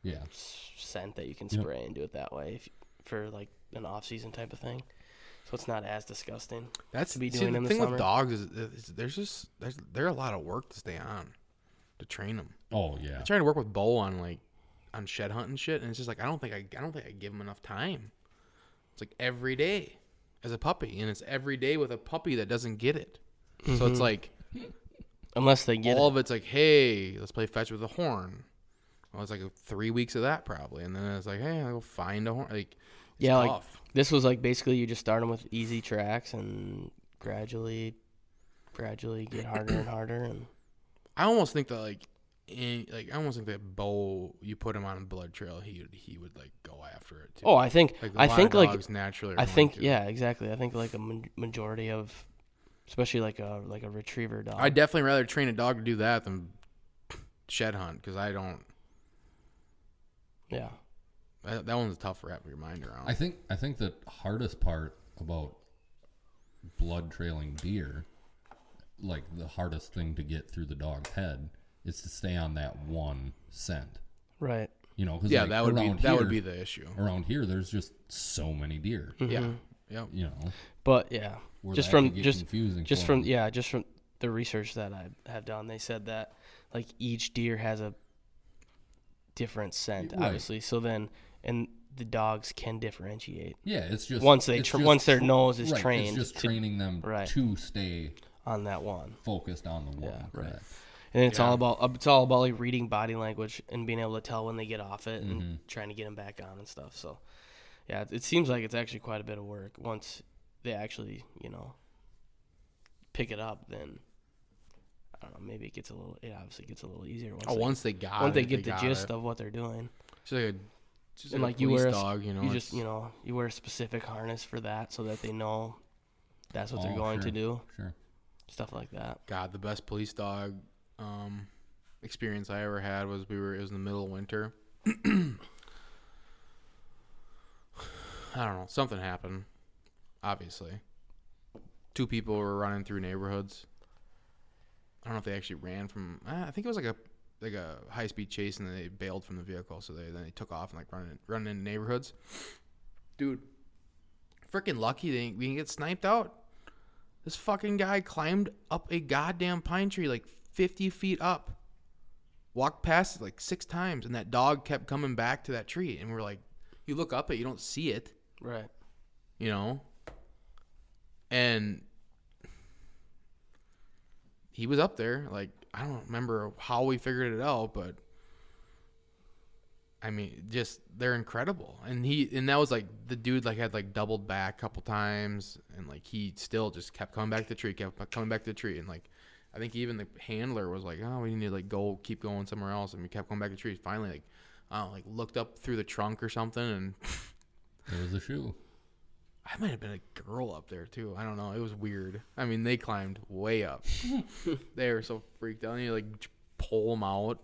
S3: Yeah,
S2: s- scent that you can
S3: Yep.
S2: spray and do it that way if, for like an off season type of thing. So it's not as disgusting.
S1: That's
S2: to be
S1: see,
S2: doing
S1: the
S2: in the
S1: thing
S2: summer.
S1: with dogs is, is there's just there's they're a lot of work to stay on to train them.
S3: oh yeah.
S1: I'm trying to work with Bo on like on shed hunting shit, and it's just like I don't think I I don't think I give him enough time. It's like every day as a puppy, and it's every day with a puppy that doesn't get it. So it's like
S2: Unless they Mm-hmm. get
S1: all
S2: it.
S1: of it's like, hey, let's play fetch with a horn. Well, it's like three weeks of that probably, and then it's like, hey, I'll go find a horn. Like, it's
S2: Yeah, like
S1: tough.
S2: this was like basically you just start them with easy tracks and gradually, gradually get harder and harder. And
S1: I almost think that like, in, like I almost think that Bo, you put him on a blood trail, he would he would like go after it too.
S2: oh, I think
S1: like a
S2: I
S1: lot
S2: think
S1: of
S2: like
S1: dogs naturally. are
S2: I
S1: going
S2: think
S1: to.
S2: yeah, exactly. I think like a ma- majority of, especially like a like a retriever dog.
S1: I'd definitely rather train a dog to do that than shed hunt because I don't.
S2: yeah,
S1: That, that one's a tough wrap your mind around.
S3: I think I think the hardest part about blood trailing deer, like the hardest thing to get through the dog's head, is to stay on that one scent.
S2: right.
S3: You know, 'cause,
S1: yeah,
S3: like,
S1: that would be
S3: around
S1: that would be
S3: here-
S1: the Hmm. issue.
S3: around here. There's just so many deer.
S2: Mm-hmm.
S1: Yeah, yeah.
S3: You know,
S2: But yeah,
S3: Where
S2: just
S3: that
S2: from
S3: could get
S2: just
S3: confusing
S2: just
S3: for
S2: from
S3: 'em.
S2: yeah, just from the research that I have done, they said that like each deer has a different scent,
S3: Right.
S2: obviously. So then, and the dogs can differentiate.
S3: yeah, it's just
S2: Once they
S3: it's
S2: tra- once their nose is
S3: right,
S2: trained
S3: It's just
S2: to-
S3: training them
S2: right.
S3: to stay
S2: on that one.
S3: focused on the one.
S2: Yeah, right.
S3: correct?
S2: And it's all about it's all about like reading body language and being able to tell when they get off it and
S1: Mm-hmm.
S2: trying to get them back on and stuff. So, yeah, it, it seems like it's actually quite a bit of work once they actually you know pick it up. Then I don't know, maybe it gets a little it obviously gets a little easier once
S1: Oh,
S2: they,
S1: once they got
S2: once
S1: it,
S2: they get the
S1: got
S2: gist
S1: it.
S2: of what they're doing.
S1: It's like a, just
S2: and
S1: like,
S2: like you wear a, s-
S1: dog, you know.
S2: just
S1: it's-
S2: you know you wear a specific harness for that so that they know that's what
S3: Oh,
S2: they're going to
S3: sure,
S2: do
S3: Sure.
S2: stuff like that.
S1: God, the best police dog um, experience I ever had was we were it was in the middle of winter. I don't know, something happened. Obviously, two people were running through neighborhoods. I don't know if they actually ran from. ah, I think it was like a like a high speed chase, and they bailed from the vehicle, so they then they took off and like running running into neighborhoods. Dude, freaking lucky they didn't, we didn't get sniped out. This fucking guy climbed up a goddamn pine tree like 50 feet up, walked past it like six times, and that dog kept coming back to that tree. And we're like, you look up it, you don't see it,
S2: Right.
S1: you know? And he was up there. Like, I don't remember how we figured it out, but I mean, just they're incredible. And he and that was like the dude like had like doubled back a couple times, and like he still just kept coming back to the tree, kept coming back to the tree, and like I think even the handler was like, "Oh, we need to like go keep going somewhere else," and we kept going back to the tree. Finally, like I don't know, like looked up through the trunk or something, and
S3: It was a shoe.
S1: I might have been a girl up there too. I don't know. It was weird. I mean, they climbed way up. they were so freaked out. And you like j- pull them out.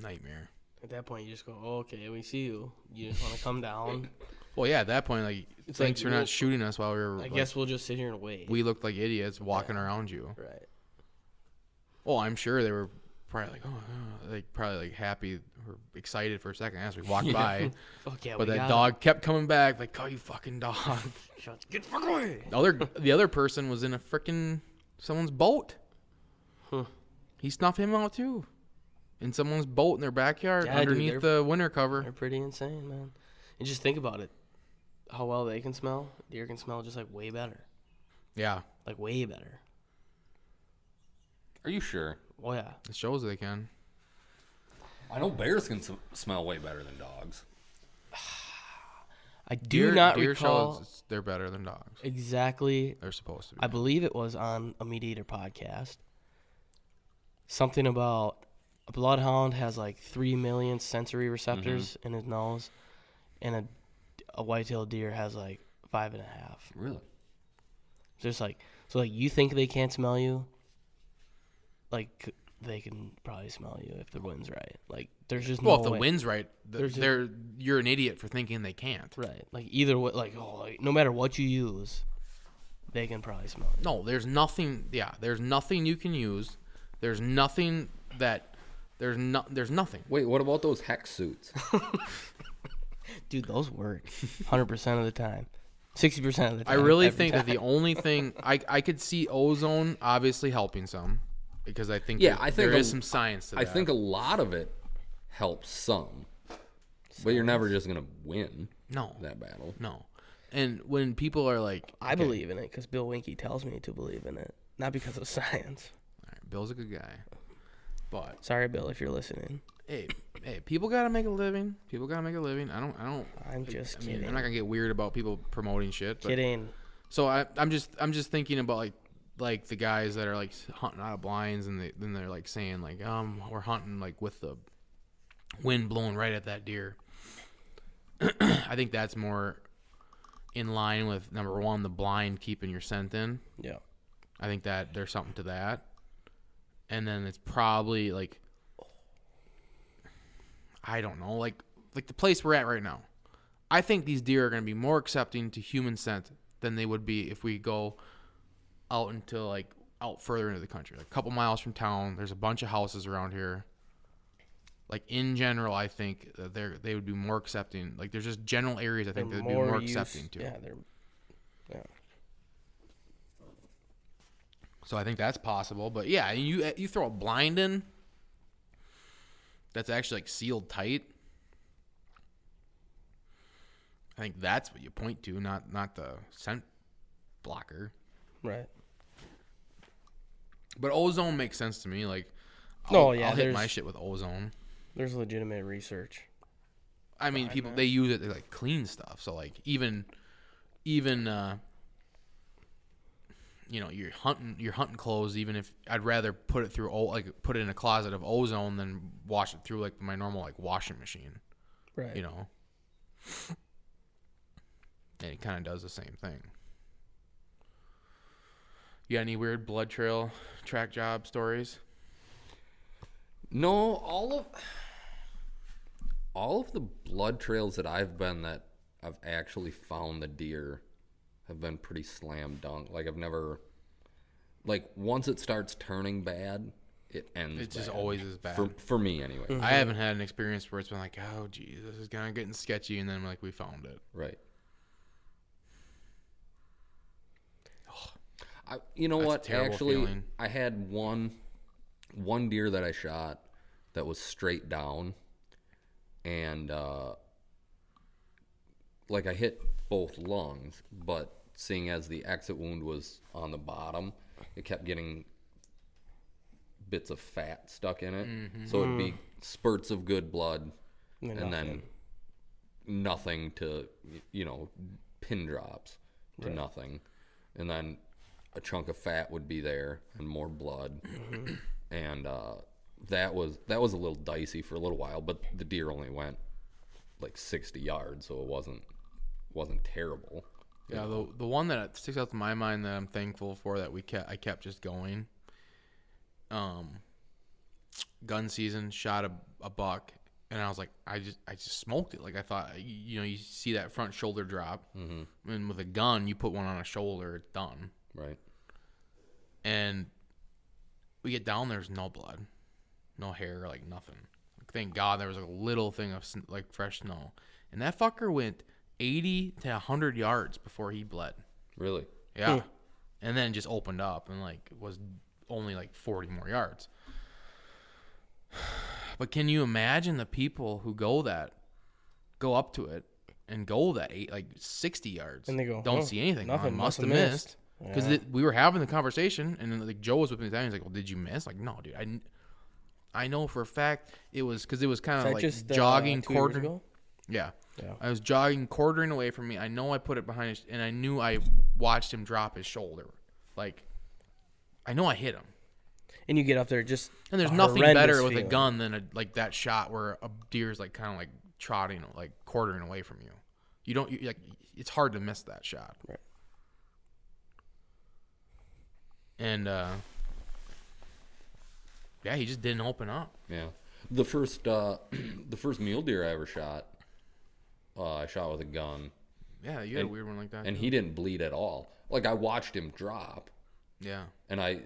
S1: Nightmare.
S2: At that point, you just go, oh, okay, we see you. You just want to come down.
S1: Well, yeah. At that point, like,
S2: It's
S1: thanks
S2: like,
S1: for
S2: well,
S1: not shooting us while we were.
S2: I
S1: like,
S2: guess we'll just sit here and wait.
S1: we looked like idiots walking around you.
S2: right.
S1: Well, I'm sure they were probably like, oh, oh," like probably like happy or excited for a second as we walked by.
S2: Fuck yeah,
S1: But
S2: we
S1: that
S2: got
S1: dog kept coming back. Like, oh, you fucking dog.
S2: it. Shots, Get the fuck away.
S1: The other the other person was in a freaking someone's boat.
S2: Huh.
S1: He snuffed him out too. In someone's boat in their backyard
S2: Yeah, dude,
S1: underneath the winter cover.
S2: They're pretty insane, man. And just think about it, how well they can smell. Deer can smell just like way better,
S1: Yeah.
S2: like way better.
S3: Are you sure?
S2: Oh yeah,
S1: It shows they can.
S3: I know bears can s- smell way better than dogs.
S2: I do not
S1: deer
S2: recall
S1: shows it's- they're better than dogs.
S2: exactly.
S1: They're supposed to be.
S2: I believe it was on a meat eater podcast. Something about a bloodhound has like three million sensory receptors
S1: Mm-hmm.
S2: in his nose, and a a white-tailed deer has like five and a half.
S3: Really?
S2: So it's like so like you think they can't smell you, like c- they can probably smell you if the wind's right. Like there's just
S1: well,
S2: no
S1: if the
S2: way.
S1: wind's right, th-
S2: There's a-
S1: they're you're an idiot for thinking they can't.
S2: right. Like either way, like oh, like, no matter what you use, they can probably smell you.
S1: No, there's nothing. Yeah, there's nothing you can use. There's nothing that there's no there's nothing.
S3: Wait, what about those hex suits?
S2: Dude, those work, hundred percent of the time, sixty percent of the
S1: I
S2: time.
S1: really
S2: every
S1: think that the
S2: time.
S1: only thing I I could see ozone obviously helping some because I think
S3: Yeah,
S1: that
S3: I think
S1: there
S3: a-
S1: is some science to
S3: I
S1: that.
S3: think a lot of it helps some, but you're never just gonna win
S1: no,
S3: that battle.
S1: no. And when people are like,
S2: I believe in it because Bill Winky tells me to believe in it, not because of science.
S1: All right, Bill's a good guy, but
S2: Sorry, Bill, if you're listening.
S1: hey, hey, people gotta make a living. People gotta make a living. I don't, I don't.
S2: I'm just
S1: I mean,
S2: kidding.
S1: I'm not gonna get weird about people promoting shit. But,
S2: Kidding.
S1: So I, I'm just, I'm just thinking about like, like the guys that are like hunting out of blinds, and they, then they're like saying like, um, we're hunting like with the wind blowing right at that deer. I think that's more in line with number one, the blind keeping your scent in.
S2: Yeah.
S1: I think that there's something to that. And then it's probably like I don't know, like like the place we're at right now. I think these deer are going to be more accepting to human scent than they would be if we go out into like out further into the country, like a couple miles from town. There's a bunch of houses around here. Like in general, I think that they are they would be more accepting. Like there's just general areas I think they'd be more
S2: used-
S1: accepting to.
S2: Yeah, they're
S1: So I think that's possible. But yeah, you you throw a blind in that's actually like sealed tight. I think that's what you point to, not not the scent blocker.
S2: right.
S1: But ozone makes sense to me. Like, I'll,
S2: No, Oh, yeah,
S1: I'll hit my
S2: there's-
S1: shit with ozone.
S2: There's legitimate research.
S1: I mean, people they use it to like clean stuff. So like even even uh you know, you're hunting your hunting clothes even if I'd rather put it through o- like put it in a closet of ozone than wash it through like my normal like washing machine,
S2: Right.
S1: you know. And it kind of does the same thing. You got any weird blood trail track job stories?
S3: No, all of all of the blood trails that I've been that I've actually found the deer have been pretty slam dunk. Like I've never like once it starts turning bad, it ends.
S1: It just
S3: bad.
S1: always is bad.
S3: for for me anyway.
S1: I haven't had an experience where it's been like, oh, geez, this is kind of getting sketchy, and then like we found it.
S3: Right. I, you know
S1: That's a
S3: what?
S1: terrible
S3: Actually,
S1: feeling.
S3: I had one one deer that I shot that was straight down, and uh, like I hit both lungs, but seeing as the exit wound was on the bottom, it kept getting bits of fat stuck in it, so it'd be spurts of good blood
S2: And
S3: and then nothing to y- you know pin drops to nothing and then a chunk of fat would be there and more blood and uh, that was that was a little dicey for a little while but the deer only went like 60 yards so it wasn't wasn't terrible
S1: Yeah, the the one that sticks out to my mind that I'm thankful for that we kept I kept just going. Um, gun season shot a, a buck, and I was like, I just I just smoked it. Like I thought, you know, you see that front shoulder drop, and with a gun, you put one on a shoulder, it's done.
S3: right
S1: And we get down, there's no blood, no hair, like nothing. Like, thank God there was a little thing of sn- like fresh snow, and that fucker went 80 to 100 yards before he bled.
S3: really
S1: Yeah.
S2: Hmm.
S1: And then just opened up and like was only like 40 more yards. But can you imagine the people who go that go up to it and go that eight like 60 yards
S2: And they go,
S1: don't
S2: "Huh,
S1: see anything. Nothing
S2: nothing,
S1: must have
S2: must've
S1: missed.
S2: missed."
S1: Because we were having the conversation, and then like Joe was whipping his down. He's like, "Well, did you miss?" Like, no, dude. I, kn- I know for a fact it was because it was kind of
S2: that
S1: like
S2: just uh,
S1: jogging,
S2: two years
S1: quarter,
S2: ago?
S1: yeah.
S2: Yeah.
S1: I was jogging quartering away from me. I know I put it behind his, and I knew I watched him drop his shoulder. Like, I know I hit him.
S2: And you get up there just
S1: And there's
S2: a
S1: nothing
S2: horrendous
S1: better with a
S2: feeling.
S1: gun than a, like that shot where a deer's like kind of like trotting, like quartering away from you. You don't you, like. It's hard to miss that shot.
S2: Right.
S1: And uh, yeah, he just didn't open up.
S3: Yeah. The first uh the first mule deer I ever shot, uh, I shot with a gun
S1: Yeah, you had a weird one like that.
S3: and
S1: too.
S3: he didn't bleed at all. Like I watched him drop
S1: yeah.
S3: and I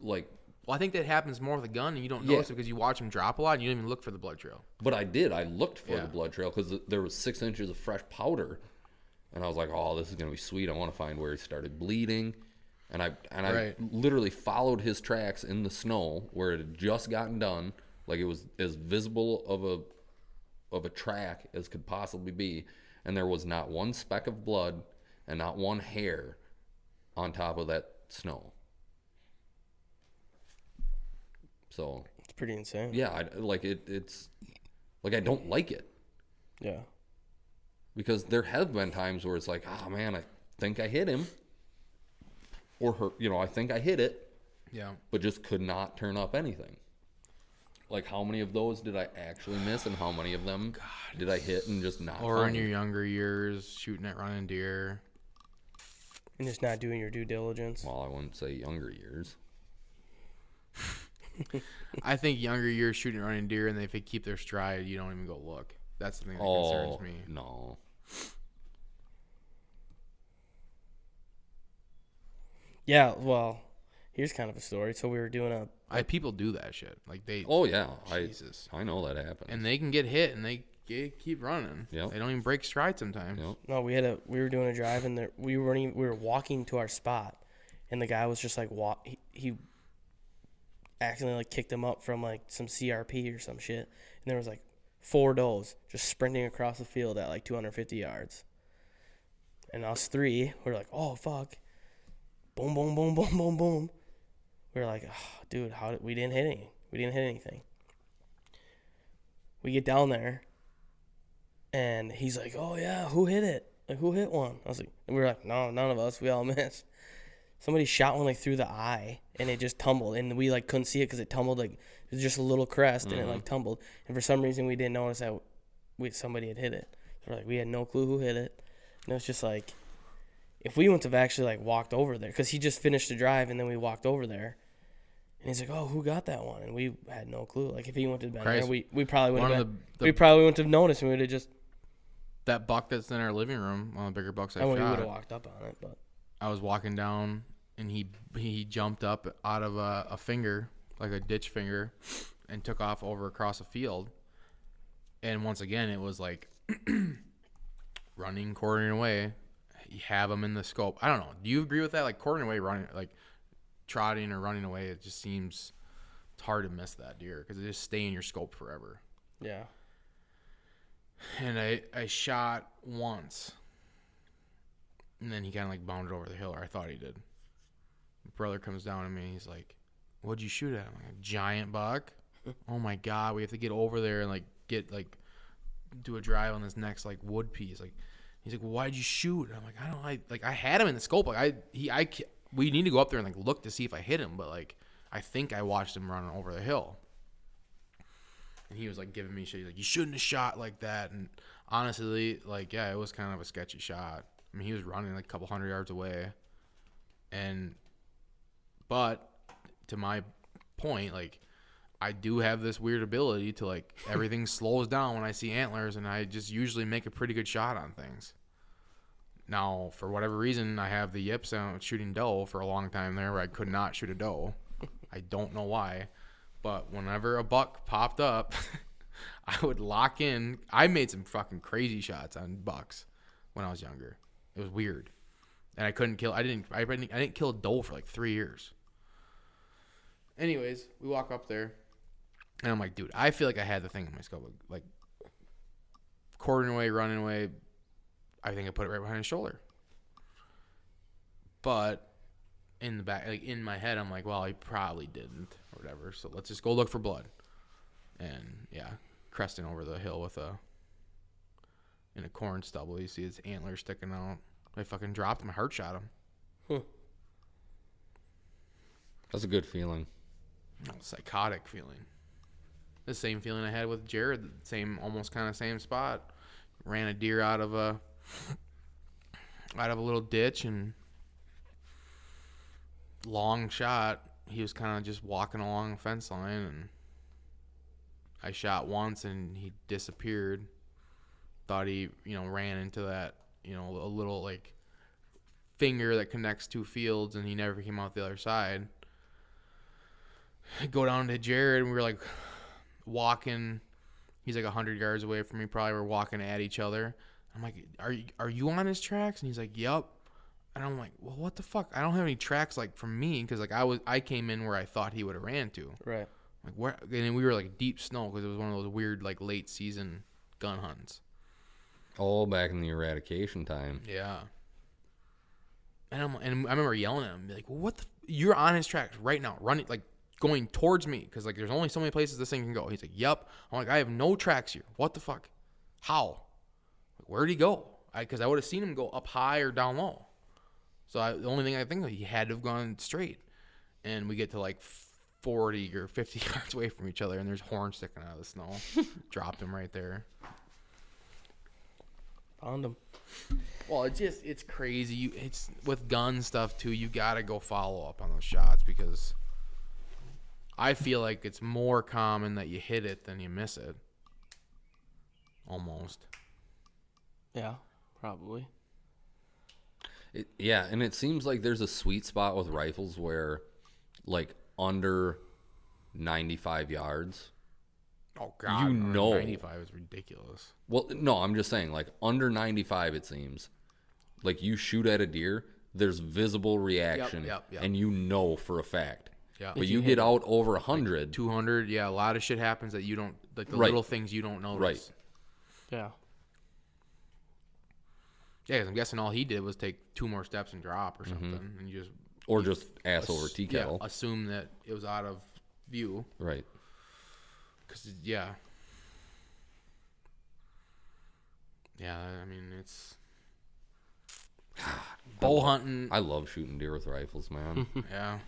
S3: like
S1: Well, I think that happens more with a gun, and you don't
S3: Yeah.
S1: notice it because you watch him drop a lot, and you don't even look for the blood trail.
S3: but I did. I looked for
S1: Yeah.
S3: the blood trail cuz there was 6 inches of fresh powder. And I was like, "Oh, this is going to be sweet. I want to find where he started bleeding." And I and I
S1: Right.
S3: literally followed his tracks in the snow where it had just gotten done. Like it was as visible of a of a track as could possibly be, and there was not one speck of blood and not one hair on top of that snow. So
S2: It's pretty insane.
S3: yeah, I, like it, it's like I don't like it
S2: Yeah.
S3: because there have been times where it's like, oh man, I think I hit him, or her, you know, I think I hit it,
S1: Yeah.
S3: but just could not turn up anything. Like how many of those did I actually miss, and how many of them did I hit and just not?
S1: Or in
S3: find?
S1: your younger years, shooting at running deer.
S2: And just not doing your due diligence.
S3: Well, I wouldn't say younger years.
S1: I think younger years shooting at running deer, and if they keep their stride, you don't even go look. That's the thing that
S3: Oh
S1: concerns me.
S3: no,
S2: yeah. Well, here's kind of a story. So we were doing a
S1: I people do that shit. Like they,
S3: oh yeah,
S1: Jesus.
S3: I I know that happened.
S1: and they can get hit, and they get, keep running.
S3: Yep.
S1: They don't even break stride sometimes.
S3: Yep.
S2: No, we had a we were doing a drive and there, we weren't even, we were walking to our spot, and the guy was just like walk he, he accidentally like kicked him up from like some CRP or some shit, and there was like four does just sprinting across the field at like 250 yards, and us three were like oh fuck, boom boom boom boom boom boom, we were like oh, dude how did we didn't hit any we didn't hit anything. We get down there and he's like, "Oh yeah, who hit it? Like who hit one?" I was like, and "We were like, no, none of us. We all missed. Somebody shot one like through the eye, and it just tumbled, and we like couldn't see it because it tumbled like it was just a little crest, and it like tumbled. And for some reason, we didn't notice that we somebody had hit it. So we're like, we had no clue who hit it, and it's just like, if we wouldn't have actually like walked over there, because he just finished the drive, and then we walked over there. And he's like, "Oh, who got that one?" And we had no clue. Like, if he wouldn't have been
S1: Christ.
S2: there, we, we probably would
S1: One
S2: have
S1: of the-
S2: we probably wouldn't have noticed. and We would have just
S1: That buck that's in our living room, one of the bigger bucks I
S2: I
S1: shot.
S2: would have walked up on it, but
S1: I was walking down and he he jumped up out of a, a finger, like a ditch finger, and took off over across a field. And once again, it was like running, quartering away. You have him in the scope. I don't know. Do you agree with that? Like quartering away, running, like trotting or running away. It just seems it's hard to miss that deer because they just stay in your scope forever
S2: yeah,
S1: and I, I shot once. And then he kind of like bounded over the hill, or I thought he did. My brother comes down to me and he's like, What'd you shoot at? I'm like, A giant buck? Oh my God, we have to get over there and like get like do a drive on this next like wood piece. Like he's like, well, why did you shoot? And I'm like, I don't. I like I had him in the scope. Like I he I ca- we need to go up there and like look to see if I hit him. But like I think I watched him run over the hill. And he was like giving me shit. He's like, you shouldn't have shot like that. And honestly, like yeah, it was kind of a sketchy shot. I mean, he was running like a couple hundred yards away, and but to my point, like I do have this weird ability to like everything slows down when I see antlers, and I just usually make a pretty good shot on things. Now, for whatever reason, I have the yips out shooting doe for a long time there where I could not shoot a doe. I don't know why, but whenever a buck popped up, I would lock in. I made some fucking crazy shots on bucks when I was younger. It was weird, and I couldn't kill. I didn't. I didn't. I didn't kill a doe for like three years. Anyways, we walk up there, and I'm like, dude, I feel like I had the thing in my scope, like quartering away, running away. I think I put it right behind his shoulder. But in the back, like in my head, I'm like, well, he probably didn't or whatever. So let's just go look for blood. And yeah, cresting over the hill with a in a corn stubble. You see his antlers sticking out. I fucking dropped him. I heart shot him.
S3: That's a good feeling.
S1: psychotic feeling. The same feeling I had with Jared, the same almost kind of same spot. Ran a deer out of a out of a little ditch and long shot. He was kind of just walking along the fence line and I shot once and he disappeared. Thought he, you know, ran into that, you know, a little like finger that connects two fields and he never came out the other side. I go down to Jared and we were like walking. He's like hundred yards away from me. Probably we're walking at each other. I'm like, "Are you are you on his tracks?" And he's like, "Yep." And I'm like, "Well, what the fuck? I don't have any tracks like from me because like I was I came in where I thought he would have ran to.
S2: Right.
S1: Like where? And then we were like deep snow because it was one of those weird like late season gun hunts.
S3: All back in the eradication time.
S1: Yeah. And I'm and I remember yelling at him, be like, well, "What? The f- you're on his tracks right now, running like going towards me because like there's only so many places this thing can go." He's like, "Yep." I'm like, "I have no tracks here. What the fuck? How? Where'd he go? Because I, would have seen him go up high or down low." So I, the only thing I think of, he had to have gone straight. And we get to like 40 or 50 yards away from each other, and there's horn sticking out of the snow. Dropped him right there.
S2: Found him.
S1: Well, it just it's crazy. You it's with gun stuff too. You gotta go follow up on those shots because I feel like it's more common that you hit it than you miss it. Almost.
S2: Yeah, probably.
S3: It, yeah, and it seems like there's a sweet spot with rifles where, like, under 95 yards.
S1: Oh god,
S3: You
S1: I mean,
S3: know.
S1: 95 is ridiculous.
S3: Well, no, I'm just saying, like, under 95, it seems. Like, you shoot at a deer, there's visible reaction,
S1: yep, yep.
S3: and you know for a fact.
S1: Yeah.
S3: But you, get out over 100,
S1: 200, yeah, a lot of shit happens that you don't like the
S3: Right.
S1: little things you don't notice.
S3: Right.
S2: Yeah.
S1: Yeah, i I'm guessing all he did was take two more steps and drop or something, and you just
S3: or just ass Mm-hmm. over
S1: ass-
S3: tea
S1: yeah,
S3: kettle.
S1: assume that it was out of view.
S3: Right.
S1: Cause it- yeah, yeah. I mean, it's bow hunting.
S3: I love shooting deer with rifles, man.
S1: yeah,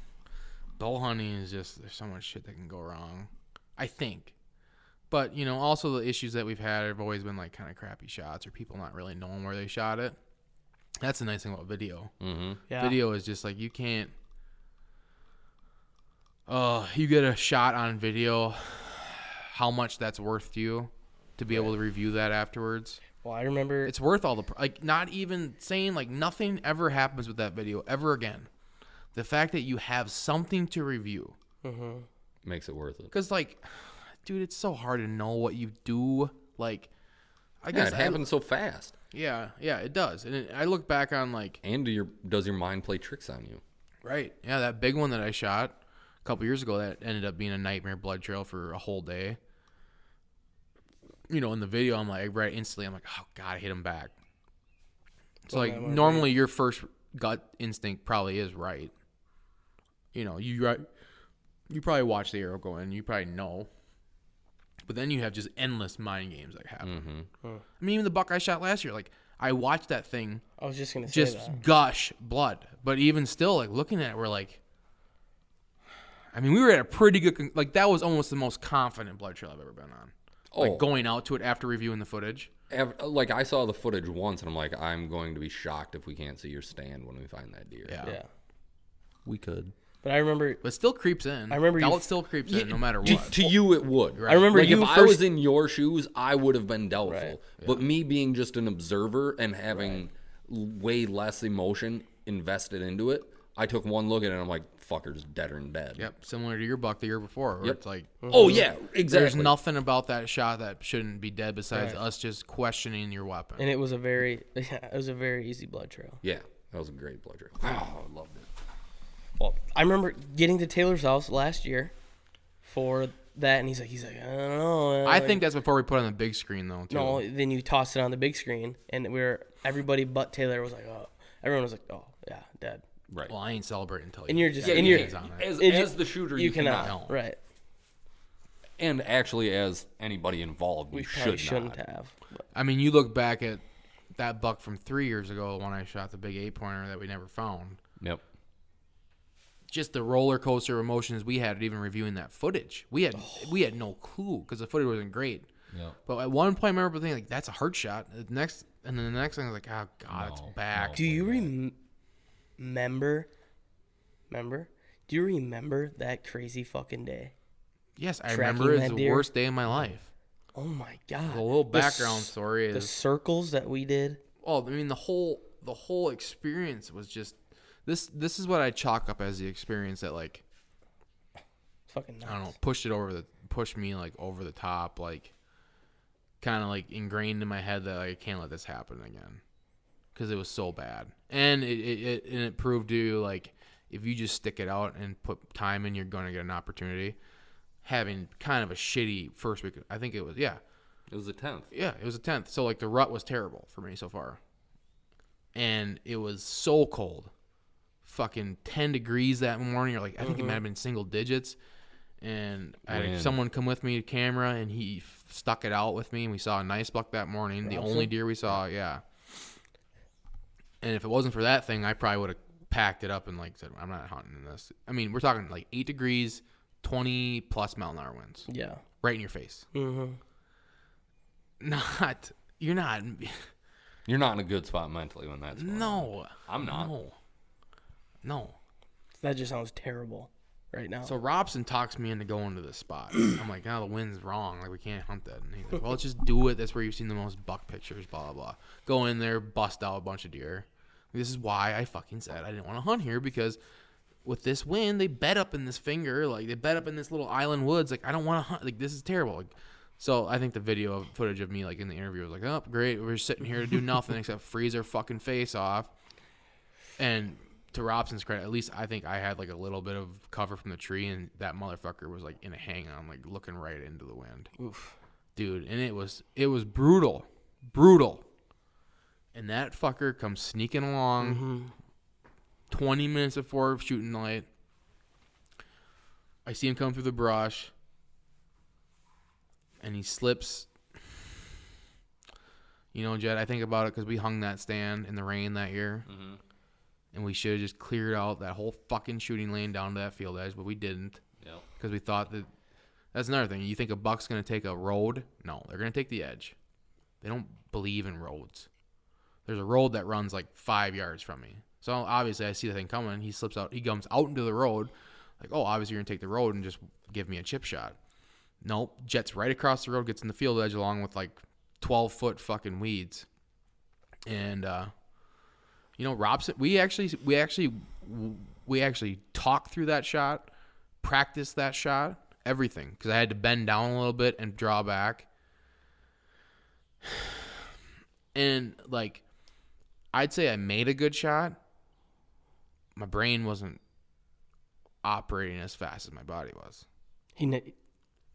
S1: bow hunting is just there's so much shit that can go wrong. I think, but you know, also the issues that we've had have always been like kind of crappy shots or people not really knowing where they shot it. That's the nice thing about video.
S2: Yeah.
S1: Video is just like you can't. Uh, you get a shot on video. How much that's worth to you to be able to review that afterwards?
S2: Well, I remember.
S1: It's worth all the pr- like. Not even saying like nothing ever happens with that video ever again. The fact that you have something to review,
S3: Makes it worth it.
S1: because like, dude, it's so hard to know what you do. Like, I
S3: Yeah,
S1: guess
S3: it
S1: I-
S3: happens so fast.
S1: yeah, yeah, it does. And it, I look back on like
S3: And do your does your mind play tricks on you?
S1: Right. Yeah, that big one that I shot a couple years ago that ended up being a nightmare blood trail for a whole day. You know, in the video, I'm like, right instantly, I'm like, oh god, I hit him back. So like, normally your first gut instinct probably is right. You know, you right, you probably watch the arrow go in, you probably know. But then you have just endless mind games that happen. I mean, even the buck I shot last year, like I watched that thing
S2: I was just gonna say
S1: just
S2: that.
S1: gush blood. But even still, like looking at it, we're like, I mean, we were at a pretty good, con- like that was almost the most confident blood trail I've ever been on.
S3: Oh.
S1: Like going out to it after reviewing the footage.
S3: Ev- Like I saw the footage once, and I'm like, I'm going to be shocked if we can't see your stand when we find that deer.
S1: Yeah.
S2: Yeah,
S3: we could.
S2: but I remember
S1: But it still creeps in.
S2: I remember you-
S1: doubt still creeps in no matter
S3: To,
S1: what.
S3: to you, it would.
S2: I remember
S3: Like,
S2: you
S3: if
S2: first.
S3: I was in your shoes, I would have been doubtful.
S2: Right.
S3: But me being just an observer and having l way less emotion invested into it, I took one look at it and I'm like, fucker's deader and dead.
S1: Yep, similar to your buck the year before. Where
S3: Yep.
S1: It's like
S3: Oh yeah, exactly.
S1: there's nothing about that shot that shouldn't be dead besides us just questioning your weapon.
S2: and it was a very it was a very easy blood trail.
S3: Yeah, that was a great blood trail. Oh, I loved it.
S2: Well, I remember getting to Taylor's house last year for that, and he's like, he's like, I don't know.
S1: I
S2: man."
S1: think that's before we put it on the big screen though. Too.
S2: No, then you tossed it on the big screen, and we were everybody but Taylor was like, oh, everyone was like, oh yeah, dead.
S3: Right.
S1: well, I ain't celebrating until
S2: And
S1: you
S2: you're just and you're
S1: on it.
S3: As,
S2: and
S3: as
S2: you-
S3: the shooter, you, cannot.
S1: cannot.
S2: right.
S3: And actually, as anybody involved,
S2: We
S3: you
S2: probably
S3: should
S2: shouldn't
S3: not.
S2: have.
S1: I mean, you look back at that buck from three years ago when I shot the big eight pointer that we never found.
S3: Yep.
S1: Just the roller coaster of emotions we had, even reviewing that footage. We had we had no clue because the footage wasn't great.
S3: Yep.
S1: But at one point, I remember thinking like, "That's a hard shot." The next, and then the next thing, I was like, "Oh God, it's back."
S2: Do you rem- remember? Remember? Do you remember that crazy fucking day?
S1: Yes, I
S2: Tracking
S1: remember it's
S2: that
S1: the
S2: deer?
S1: worst day of my life.
S2: Oh my god!
S1: The little
S2: The s-
S1: background story
S2: The
S1: is
S2: circles that we did.
S1: oh, I mean the whole the whole experience was just this. This is what I chalk up as the experience that like
S2: Fucking nuts.
S1: I don't know, pushed it over the pushed me like over the top, like kind of like ingrained in my head that like, I can't let this happen again because it was so bad, and it, it, it and it proved to like if you just stick it out and put time in, you're gonna get an opportunity. Having kind of a shitty first week, I think it was yeah,
S3: It was the tenth.
S1: yeah, it was a tenth. So like the rut was terrible for me so far, and it was so cold, fucking ten degrees that morning. Or like I think it might have been single digits, and I had
S3: Wind.
S1: someone come with me to camera, and he f- stuck it out with me, and we saw a nice buck that morning. The only deer we saw, yeah. And if it wasn't for that thing, I probably would have packed it up and like said, I'm not hunting this. I mean, we're talking like eight degrees, twenty plus mile an hour winds
S2: Yeah.
S1: right in your face. Mm-hmm. Not you're not.
S3: You're not in a good spot mentally when that's going on.
S1: No,
S3: I'm not.
S1: No, no.
S2: That just sounds terrible, right now.
S1: So Robson talks me into going to this spot. I'm like, no, the wind's wrong. Like we can't hunt that. And he's like, well, let's just do it. That's where you've seen the most buck pictures. Blah blah blah. Go in there, bust out a bunch of deer. This is why I fucking said I didn't want to hunt here because with this wind, they bed up in this finger, like they bed up in this little island woods. Like I don't want to hunt. Like this is terrible. Like, so I think the video of footage of me like in the interview was like, oh great, we're sitting here to do nothing except freeze our fucking face off. And to Robson's credit, at least I think I had like a little bit of cover from the tree, and that motherfucker was like in a hang on, like looking right into the wind. Oof, dude, and it was it was brutal, brutal. And that fucker comes sneaking along, twenty minutes before shooting light. I see him come through the brush, and he slips. You know, Jed, I think about it because we hung that stand in the rain that year and we should have just cleared out that whole fucking shooting lane down to that field edge, but we didn't
S3: Yep.
S1: because we thought that that's another thing. You think a buck's going to take a road? No, they're going to take the edge. They don't believe in roads. There's a road that runs like five yards from me. So obviously, I see the thing coming. He slips out. He comes out into the road. Like, oh, obviously, you're going to take the road and just give me a chip shot. Nope. Jets right across the road, gets in the field edge along with like 12 foot fucking weeds. And, uh, you know, Robson, we actually, we actually, we actually talked through that shot, practiced that shot, everything, because I had to bend down a little bit and draw back. And like, I'd say I made a good shot. My brain wasn't operating as fast as my body was
S2: he ne-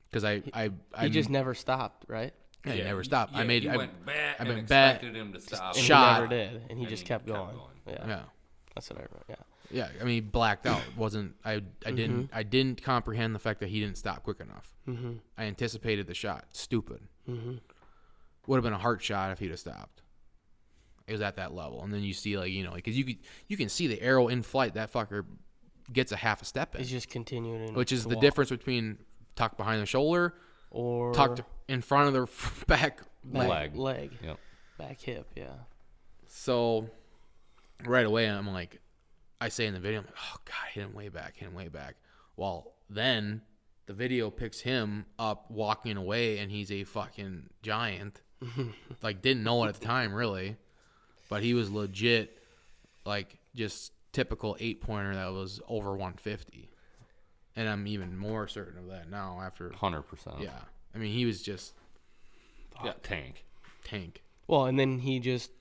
S1: because I, I, I,
S2: he just never stopped, right?
S1: I never stopped. I made,
S3: You
S1: I,
S3: went back
S1: I
S3: and
S1: went back.
S3: expected him to stop.
S2: And
S1: shot.
S2: He never did, and he just kept, going. Yeah,
S1: yeah.
S2: that's what I remember. Yeah.
S1: Yeah, I mean, blacked out. wasn't I? I didn't.
S2: Mm-hmm.
S1: I didn't comprehend the fact that he didn't stop quick enough. Mm-hmm. I anticipated the shot. Stupid. Mm-hmm. Would have been a heart shot if he'd have stopped. It was at that level, and then you see like you know because you could, you can see the arrow in flight. That fucker gets a half a step in,
S2: He's just continuing.
S1: which is
S2: to
S1: the
S2: walk.
S1: difference between tuck behind the shoulder,
S2: Or
S1: tucked in front of the back
S2: back
S1: leg.
S3: Leg.
S2: leg,
S3: Yep.
S2: back hip. Yeah.
S1: So right away, I'm like, I say in the video, I'm like, oh god, hit him way back, hit him way back. Well, then the video picks him up walking away, and he's a fucking giant. like didn't know it at the time really, but he was legit, like just typical eight pointer that was over 150, and I'm even more certain of that now after.
S3: Hundred percent.
S1: Yeah, I mean he was just
S3: Yeah. Tank.
S1: tank.
S2: Well, and then he just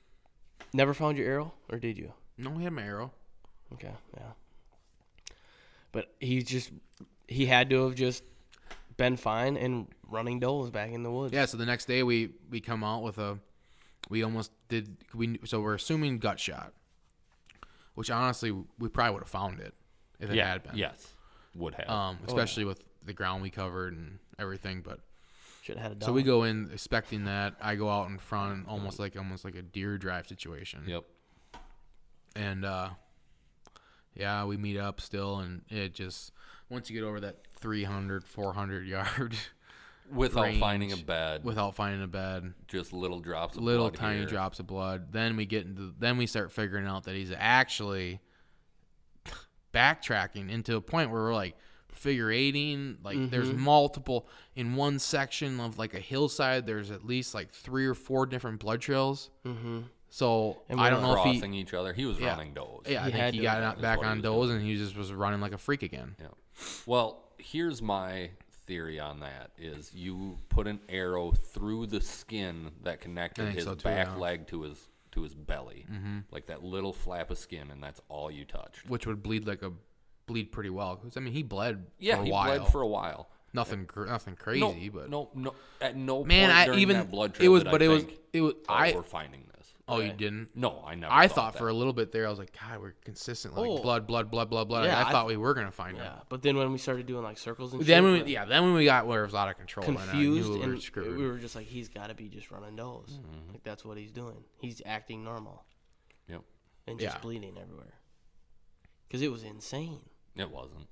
S2: never found your arrow, or did you?
S1: No, he had my arrow.
S2: Okay. Yeah. But he just he had to have just been fine and running doles back in the woods.
S1: Yeah, so the next day we we come out with a we almost did we so we're assuming gut shot. Which honestly we probably would have found it if it
S3: yeah.
S1: had been.
S3: Yes. Would have.
S1: Um especially with the ground we covered and everything but
S2: Should have had a dog.
S1: so we go in expecting that I go out in front almost like almost like a deer drive situation.
S3: yep.
S1: And uh yeah, we meet up still and it just once you get over that 300 400 yard
S3: Without
S1: range
S3: finding a bed.
S1: without finding a bed
S3: just little drops. Of
S1: little
S3: blood
S1: tiny
S3: here.
S1: drops of blood. Then we get into then we start figuring out that he's actually backtracking into a point where we're like figure eighting. Like there's
S3: Mm-hmm.
S1: multiple in one section of like a hillside. There's at least like three or four different blood trails. Mm-hmm. So
S2: And
S1: I
S2: we're
S1: don't know if he
S3: Crossing each other. He was running those.
S1: yeah, I
S2: He
S1: think
S2: had
S1: he
S2: to
S1: got
S2: have
S1: out
S3: is
S1: back
S3: what he
S1: on
S3: was
S1: those and he just was running like a freak again.
S3: Yeah. Well, here's my theory on that is you put an arrow through the skin that connected
S1: think
S3: his
S1: so too,
S3: back
S1: yeah. Mm-hmm.
S3: leg to his to his belly. Like that little flap of skin and that's all you touched.
S1: Which would bleed like a bleed pretty well. 'Cause, I mean, he bled
S3: Yeah,
S1: for a
S3: he
S1: while.
S3: bled for a while.
S1: nothing, cr- nothing
S3: No,
S1: crazy, but
S3: no, no, at no
S1: Man,
S3: point
S1: I
S3: during
S1: even-
S3: that blood
S1: it
S3: trail
S1: was-
S3: did
S1: but
S3: I
S1: it was-
S3: think,
S1: it was-
S3: oh,
S1: I-
S3: we're finding this.
S1: oh, you didn't.
S3: No, I never.
S1: I thought for
S3: that.
S1: a little bit there, I was like, God, we're consistently
S2: Oh.
S1: like blood, blood, blood, blood, blood.
S2: Yeah,
S1: I,
S2: I
S1: thought we were gonna find him.
S2: Yeah. But then when we started doing like circles and
S1: Then
S2: shit,
S1: when
S2: we're
S1: we, yeah, then when we got where it was out of control,
S2: confused
S1: and I knew we
S2: and
S1: were screwed. Mm-hmm.
S2: we were just like he's got to be just running doles. Like that's what he's doing. He's acting normal
S3: Yep,
S2: and just
S1: Yeah.
S2: bleeding everywhere. Cuz it was insane.
S3: it wasn't.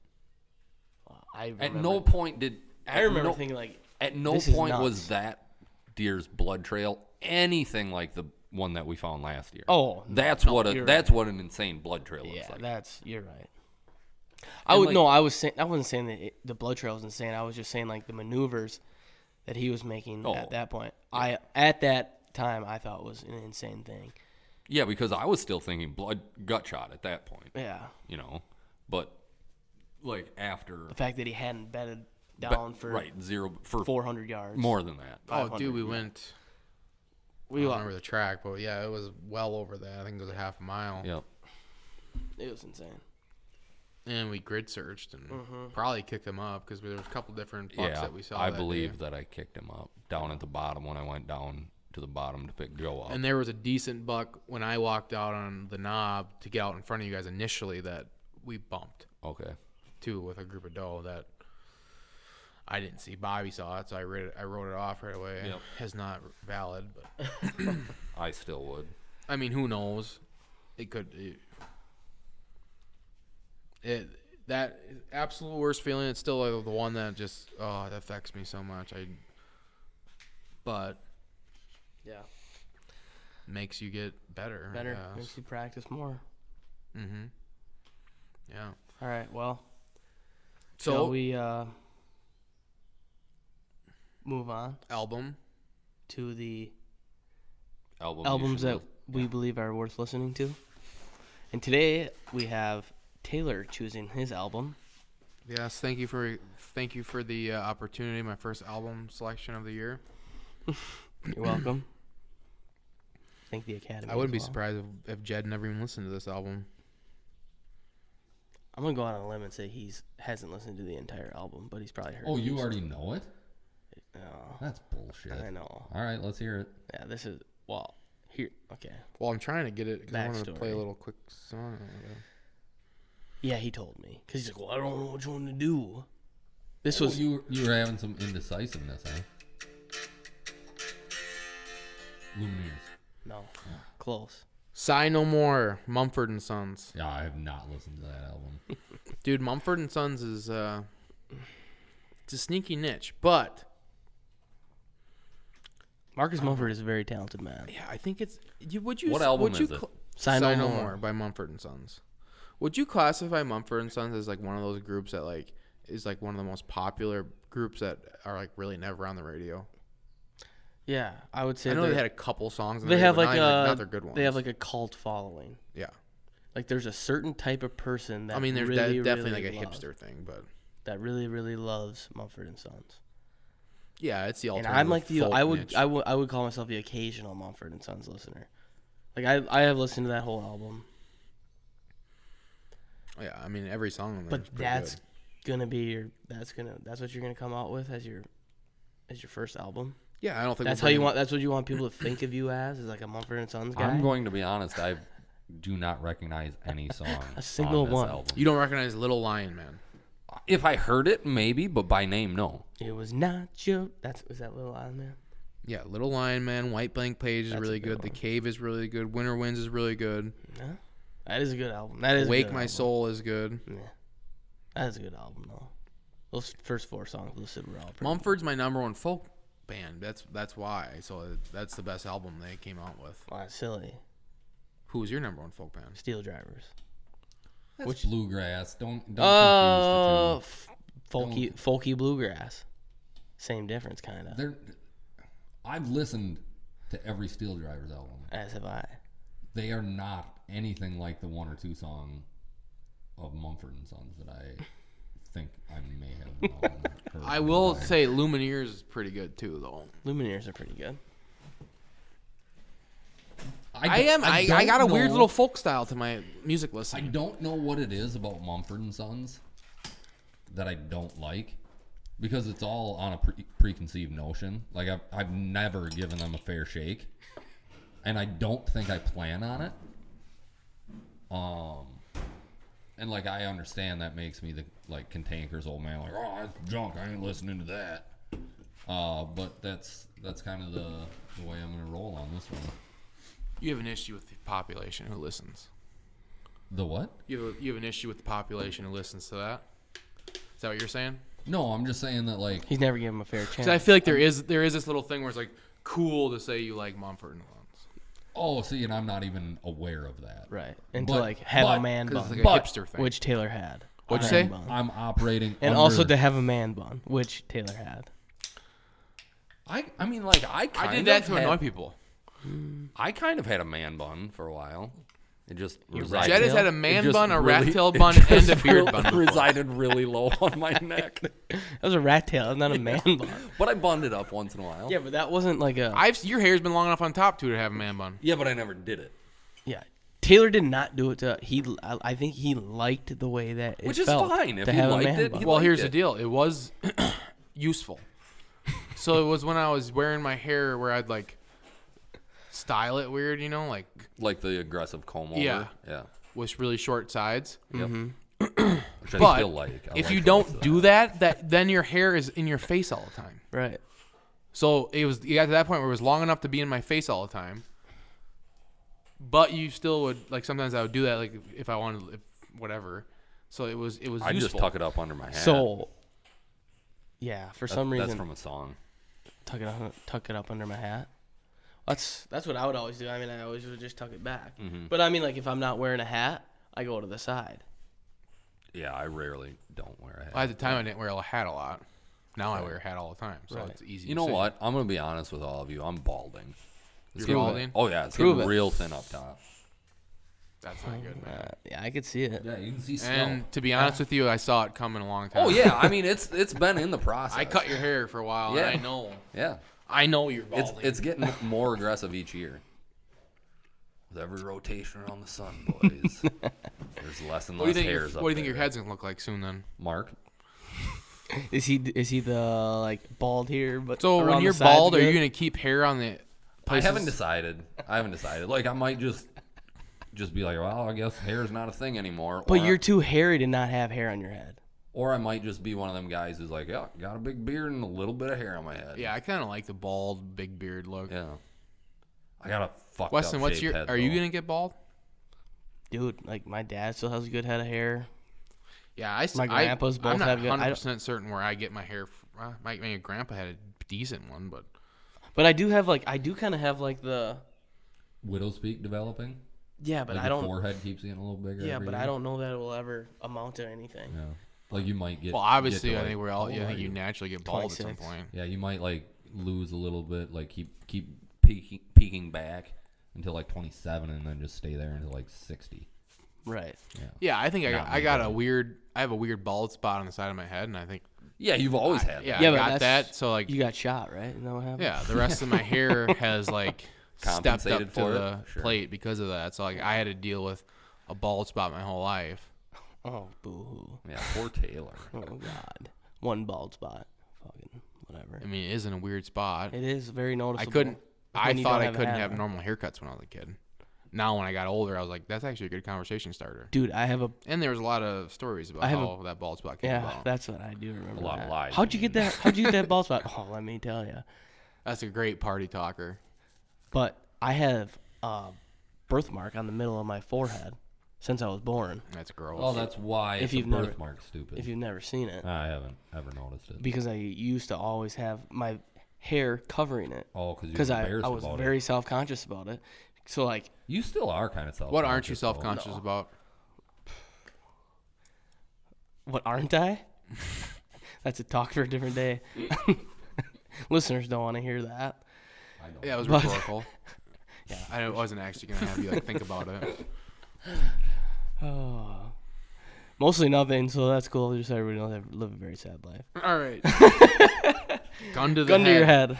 S2: I remember,
S3: At no point did.
S2: I
S3: at
S2: remember
S3: no-
S2: thinking like
S3: At no
S2: This is
S3: point
S2: nuts.
S3: was that deer's blood trail anything like the one that we found last year.
S2: Oh, no,
S3: that's
S2: no,
S3: what a
S2: you're
S3: that's what an insane blood trail looks
S2: yeah,
S3: like.
S2: that's you're right. I
S3: And,
S2: would
S3: like-
S2: no, I was saying I wasn't saying that it, the blood trail was insane. I was just saying like the maneuvers that he was making
S3: Oh.
S2: at that point. I at that time I thought was an insane thing.
S3: yeah, because I was still thinking blood gut shot at that point,
S2: Yeah,
S3: you know, but like after
S2: the fact that he hadn't bedded down for
S3: right zero for
S2: 400 yards.
S3: more than that.
S1: oh,
S2: 500,
S1: dude, we went. We I
S2: We
S1: don't
S2: wa-
S1: remember the track, but yeah, it was well over that. I think it was a half a mile.
S3: Yep. Uh-huh.
S2: It was insane.
S1: And we grid searched and
S2: Mm-hmm.
S1: probably kicked him up because there was a couple different bucks
S3: Yeah,
S1: that we saw.
S3: I
S1: that
S3: believe
S1: day.
S3: that I kicked him up down at the bottom when I went down to the bottom to pick Joe up.
S1: And there was a decent buck when I walked out on the knob to get out in front of you guys initially that we bumped.
S3: okay,
S1: too with a group of doe that I didn't see. Bobby saw it, so I read it, I wrote it off right away.
S3: Yep.
S1: It's not valid, but
S3: I still would.
S1: I mean, who knows? It could. It, it that absolute worst feeling. It's still like the one that just oh, it affects me so much. I, but
S2: Yeah,
S1: makes you get better. I
S2: better
S1: guess.
S2: makes you practice more.
S1: Yeah.
S2: All right, well, so
S1: So
S2: we uh, move on
S1: album.
S2: to the
S3: Album you
S2: albums
S3: should
S2: that
S3: listen-
S2: we believe are worth listening to. And today we have Taylor choosing his album.
S1: Yes, thank you for thank you for the uh, opportunity. My first album selection of the year.
S2: You're welcome. Thank the Academy.
S1: I wouldn't
S2: as
S1: be
S2: well.
S1: surprised if, if Jed never even listened to this album.
S2: I'm gonna go out on a limb and say he's hasn't listened to the entire album, but he's probably heard.
S3: Oh,
S2: it.
S3: you already know it?
S2: No,
S3: That's bullshit.
S2: I know.
S3: All right, let's hear it.
S2: Yeah, this is well here. Okay,
S1: Well, I'm trying to get it 'cause I wanted to play a
S2: Backstory.
S1: little quick song.
S2: Yeah, he told me because he's like, "Well, I don't know which one to do." This was
S3: you you were having some indecisiveness, huh? Lumineers.
S2: no close.
S1: Sigh no more. Mumford and Sons,
S3: Yeah, I have not listened to that album.
S1: dude. Mumford and Sons is uh, it's a sneaky niche, but
S2: Marcus Mumford is a very talented man.
S1: yeah, I think it's. You, would you?
S3: What
S1: s-
S3: album
S1: would you
S3: is it?
S2: Sigh
S1: Sigh, no
S2: No More.
S1: more. by Mumford and Sons. Would you classify Mumford and Sons as like one of those groups that like is like one of the most popular groups that are like really never on the radio?
S2: Yeah, I would say
S1: I know they
S2: they're-
S1: had a couple songs. on the
S2: they
S1: radio,
S2: have
S1: but
S2: like
S1: not, even-
S2: a
S1: not their good ones.
S2: they have like a cult following.
S1: yeah.
S2: Like there's a certain type of person that
S1: I mean, there's de-
S2: really,
S1: definitely
S2: really
S1: like a
S2: loves-
S1: hipster thing, but
S2: that really really loves Mumford and Sons.
S1: yeah, it's the
S2: And
S1: alternative.
S2: I'm like the
S1: folk
S2: I would
S1: niche.
S2: I would I would call myself the occasional Mumford and Sons listener. Like I I have listened to that whole album,
S1: yeah, I mean every song on there.
S2: but
S1: is pretty
S2: that's
S1: good.
S2: gonna be your that's gonna that's what you're gonna come out with as your as your first album.
S1: yeah, I don't think
S2: That's
S1: we're
S2: how you
S1: bringing-
S2: want. That's what you want people to think of you as is like a Mumford and Sons guy.
S3: I'm going to be honest. I do not recognize any song.
S2: A single
S3: on this
S2: one.
S3: Album.
S1: You don't recognize Little Lion Man.
S3: If I heard it, maybe, but by name, no.
S2: It was not you. That's was that little Island Man.
S1: Yeah, Little Lion Man. White Blank Page is
S2: That's a
S1: really
S2: good
S1: good. The Cave is really good. Winter Winds is really good.
S2: Yeah, that is a good album. That is a
S1: Wake
S2: good
S1: My
S2: album.
S1: Soul is good.
S2: Yeah, that is a good album though. Those first four songs listed were all pretty.
S1: Mumford's my number one folk band. That's that's why. So uh, that's the best album they came out with.
S2: Wow, silly.
S1: Who's your number one folk band?
S2: Steel Drivers.
S3: Which bluegrass? Don't don't
S2: Uh,
S3: confuse
S2: f- folky, folky bluegrass. Same difference, kind
S3: the
S2: of.
S3: two. They're, I've listened to every Steel Drivers album.
S2: As have I.
S3: They are not anything like the one or two song of Mumford and Sons that I think I may have. known, heard
S1: I
S3: in my
S1: will
S3: life.
S1: say Lumineers is pretty good too, though.
S2: Lumineers are pretty good.
S1: I
S3: don't-
S1: am. I, I,
S3: don't
S1: got a weird
S3: know-
S1: little folk style to my music
S3: I
S1: listening.
S3: don't know what it is about Mumford and Sons that I don't like because it's all on a pre- preconceived notion. Like I've, I've never given them a fair shake, and I don't think I plan on it. Um, and like I understand that makes me the like cantankerous old man. Like oh, that's junk. I ain't listening to that. Uh, but that's that's kind of the, the way I'm gonna roll on this one.
S1: You have an issue with the population who listens.
S3: The what?
S1: You have, a, you have an issue with the population who listens to that. Is that what you're saying?
S3: No, I'm just saying that like
S2: He's never given him a fair
S1: Because I
S2: chance.
S1: feel like there is there is this little thing where it's like cool to say you like Mumford and Sons.
S3: Oh, see, and I'm not even aware of that.
S2: right. Until
S3: But-
S2: like have a
S3: but-
S2: man
S1: 'Cause
S2: bun,
S1: it's like a
S3: But-
S1: hipster thing.
S2: which Taylor had.
S1: What'd you
S2: A man
S1: say?
S2: bun.
S3: I'm operating
S2: And
S3: under-
S2: also to have a man bun, which Taylor had.
S3: I, I mean, like I kind
S1: I did
S3: of
S1: that to
S3: had,
S1: annoy people.
S3: I kind of had a man bun for a while. It just resided.
S1: Jed has
S2: tail?
S1: had a
S2: It
S1: man
S3: just
S1: bun, a
S3: really-
S1: rat tail
S3: it
S1: bun, and a
S3: just
S1: beard
S3: re-
S1: bun. before.
S3: Resided really low on my neck,
S2: That was a rat tail, not a man bun.
S3: but I bunned it up once in a while.
S2: Yeah, but that wasn't like a.
S1: I've your hair's been long enough on top too to have a man bun.
S3: yeah, but I never did it,
S2: Yeah. Taylor did not do it to he. I I think he liked the way that it
S3: which is
S2: felt
S3: fine. If
S2: to
S3: he
S2: have a
S3: liked
S2: man
S3: it,
S2: bun.
S3: he
S1: Well,
S3: liked
S1: here's
S3: it.
S1: the deal. It was useful. So it was when I was wearing my hair where I'd like style it weird, you know, like
S3: Like the aggressive comb over.
S1: Yeah.
S3: yeah.
S1: with really short sides.
S3: Which I
S1: Mm-hmm. But
S3: still like. I
S1: if
S3: like
S1: you
S3: the looks
S1: don't
S3: of
S1: do that, that then your hair is in your face all the time.
S2: right.
S1: So it was you got to that point where it was long enough to be in my face all the time. But you still would like sometimes I would do that like if I wanted if whatever. So it was it was
S3: I just
S1: useful.
S3: tuck it up under my hat.
S2: So, yeah, for
S3: That-
S2: some
S3: that's
S2: reason,
S3: from a song.
S2: tuck it up, tuck it up under my hat. That's that's what I would always do. I mean, I always would just tuck it back.
S1: Mm-hmm.
S2: But I mean, like if I'm not wearing a hat, I go to the side.
S3: Yeah, I rarely don't wear a hat.
S1: Well, at the time I didn't wear a hat a lot. Now I wear a hat all the time, so
S2: Right.
S1: it's easy.
S3: You
S1: to
S3: know
S1: see.
S3: what? I'm gonna be honest with all of you. I'm balding. It's
S1: You're
S3: getting-
S1: balding?
S3: Oh yeah, it's
S2: Prove
S3: getting
S2: it.
S3: real thin up top.
S1: That's not good.
S2: Uh, yeah, I could see it.
S3: Oh, Yeah, you can see
S1: And to be honest with you, I saw it coming a long time.
S3: Oh yeah, I mean it's it's been in the process.
S1: I cut your hair for a while.
S3: Yeah.
S1: And I know.
S3: Yeah,
S1: I know you're balding.
S3: it's it's getting more aggressive each year. With every rotation around the sun, boys, there's less and
S1: what do
S3: less
S1: you think? your-
S3: hairs. up
S1: what do you think
S3: there.
S1: your head's gonna look like soon? Then.
S3: Mark?
S2: Is he is he the like bald here? But
S1: So
S2: around
S1: when
S2: the
S1: you're
S2: sides
S1: bald, are
S2: good?
S1: you gonna keep hair on the?
S3: I haven't
S1: places-
S3: decided. I haven't decided. Like I might just just be like, well, I guess hair's not a thing anymore.
S2: But
S3: or,
S2: you're too hairy to not have hair on your head.
S3: or I might just be one of them guys who's like, yeah, got a big beard and a little bit of hair on my head.
S1: Yeah, I kind of like the bald, big beard look.
S3: yeah. I got a fucked
S1: Weston,
S3: up
S1: what's
S3: shaved
S1: your?
S3: head,
S1: Are you
S3: though.
S1: gonna get bald?
S2: Dude, like my dad still has a good head of hair.
S1: Yeah, I. s-
S2: My
S1: I-
S2: grandpas both
S1: I'm not
S2: have good- I don't-
S1: 100 percent certain where I get my hair. f- Uh, my, my grandpa had a decent one, but
S2: But I do have like I do kind of have like the
S3: widow's peak developing?
S2: yeah, but
S3: Like
S2: I
S3: your
S2: don't
S3: forehead keeps getting a little bigger.
S2: yeah,
S3: every
S2: but I
S3: year?
S2: don't know that it will ever amount to anything.
S3: Yeah. Like you might get.
S1: well,
S3: get
S1: obviously,
S3: to,
S1: I
S3: like,
S1: think we're
S3: how
S1: all. Yeah, I
S3: old
S1: think
S3: are
S1: you naturally get bald at some
S2: 26.
S1: point.
S3: Yeah, you might like lose a little bit, like keep keep peeking peeking back until like 27, and then just stay there until like 60.
S2: Right.
S1: Yeah, I think I got,
S3: Not
S1: I
S3: me,
S1: got
S3: but-
S1: a weird. I have a weird bald spot on the side of my head, and I think
S3: Yeah, you've always had.
S1: yeah,
S3: that.
S1: I
S2: but
S1: got
S2: that's-
S1: that. So like
S2: You got shot, right? Isn't that what happened?
S1: Yeah, the rest of my hair has like stepped up to
S3: Compensated for it?
S1: the
S3: Sure.
S1: plate because of that. So like I had to deal with a bald spot my whole life.
S2: Oh, boo.
S3: yeah. Poor Taylor.
S2: Oh god. One bald spot. Fucking whatever.
S1: I mean, it is in a weird spot.
S2: It is very
S1: I
S2: noticeable.
S1: couldn't. I
S2: when you
S1: thought
S2: don't
S1: I
S2: have a
S1: couldn't
S2: hat
S1: have
S2: on.
S1: normal haircuts when I was a kid. Now when I got older, I was like, that's actually a good conversation starter.
S2: Dude, I have a
S1: And there was a lot of stories about
S2: I have a-
S1: how that bald spot came
S2: yeah.
S1: about.
S2: That's what I do remember.
S3: A lot of
S2: that.
S3: lies,
S2: How'd you
S3: you
S2: get
S3: mean.
S2: that? How'd you get that bald spot? Oh, let me tell you.
S1: That's a great party talker.
S2: But I have a birthmark on the middle of my forehead since I was born.
S1: That's gross.
S3: Oh, that's why
S2: If
S3: it's a
S2: you've never-
S3: birthmark stupid.
S2: If you've never seen it,
S3: I haven't ever noticed it.
S2: because I used to always have my hair covering it.
S3: Oh, 'cause you were
S2: because I,
S3: embarrassed
S2: I was
S3: about it.
S2: very self conscious about it. So like
S3: You still are kind of self.
S1: what aren't you self conscious about?
S2: What aren't I? That's a talk for a different day. Listeners don't want to hear that.
S1: Yeah, it was
S2: But-
S1: rhetorical. yeah, I wasn't actually gonna have you like think about it.
S2: Oh. Mostly nothing, so that's cool. Just so everybody knows I live a very sad life.
S1: All right. Gun to the head.
S2: Gun to your head.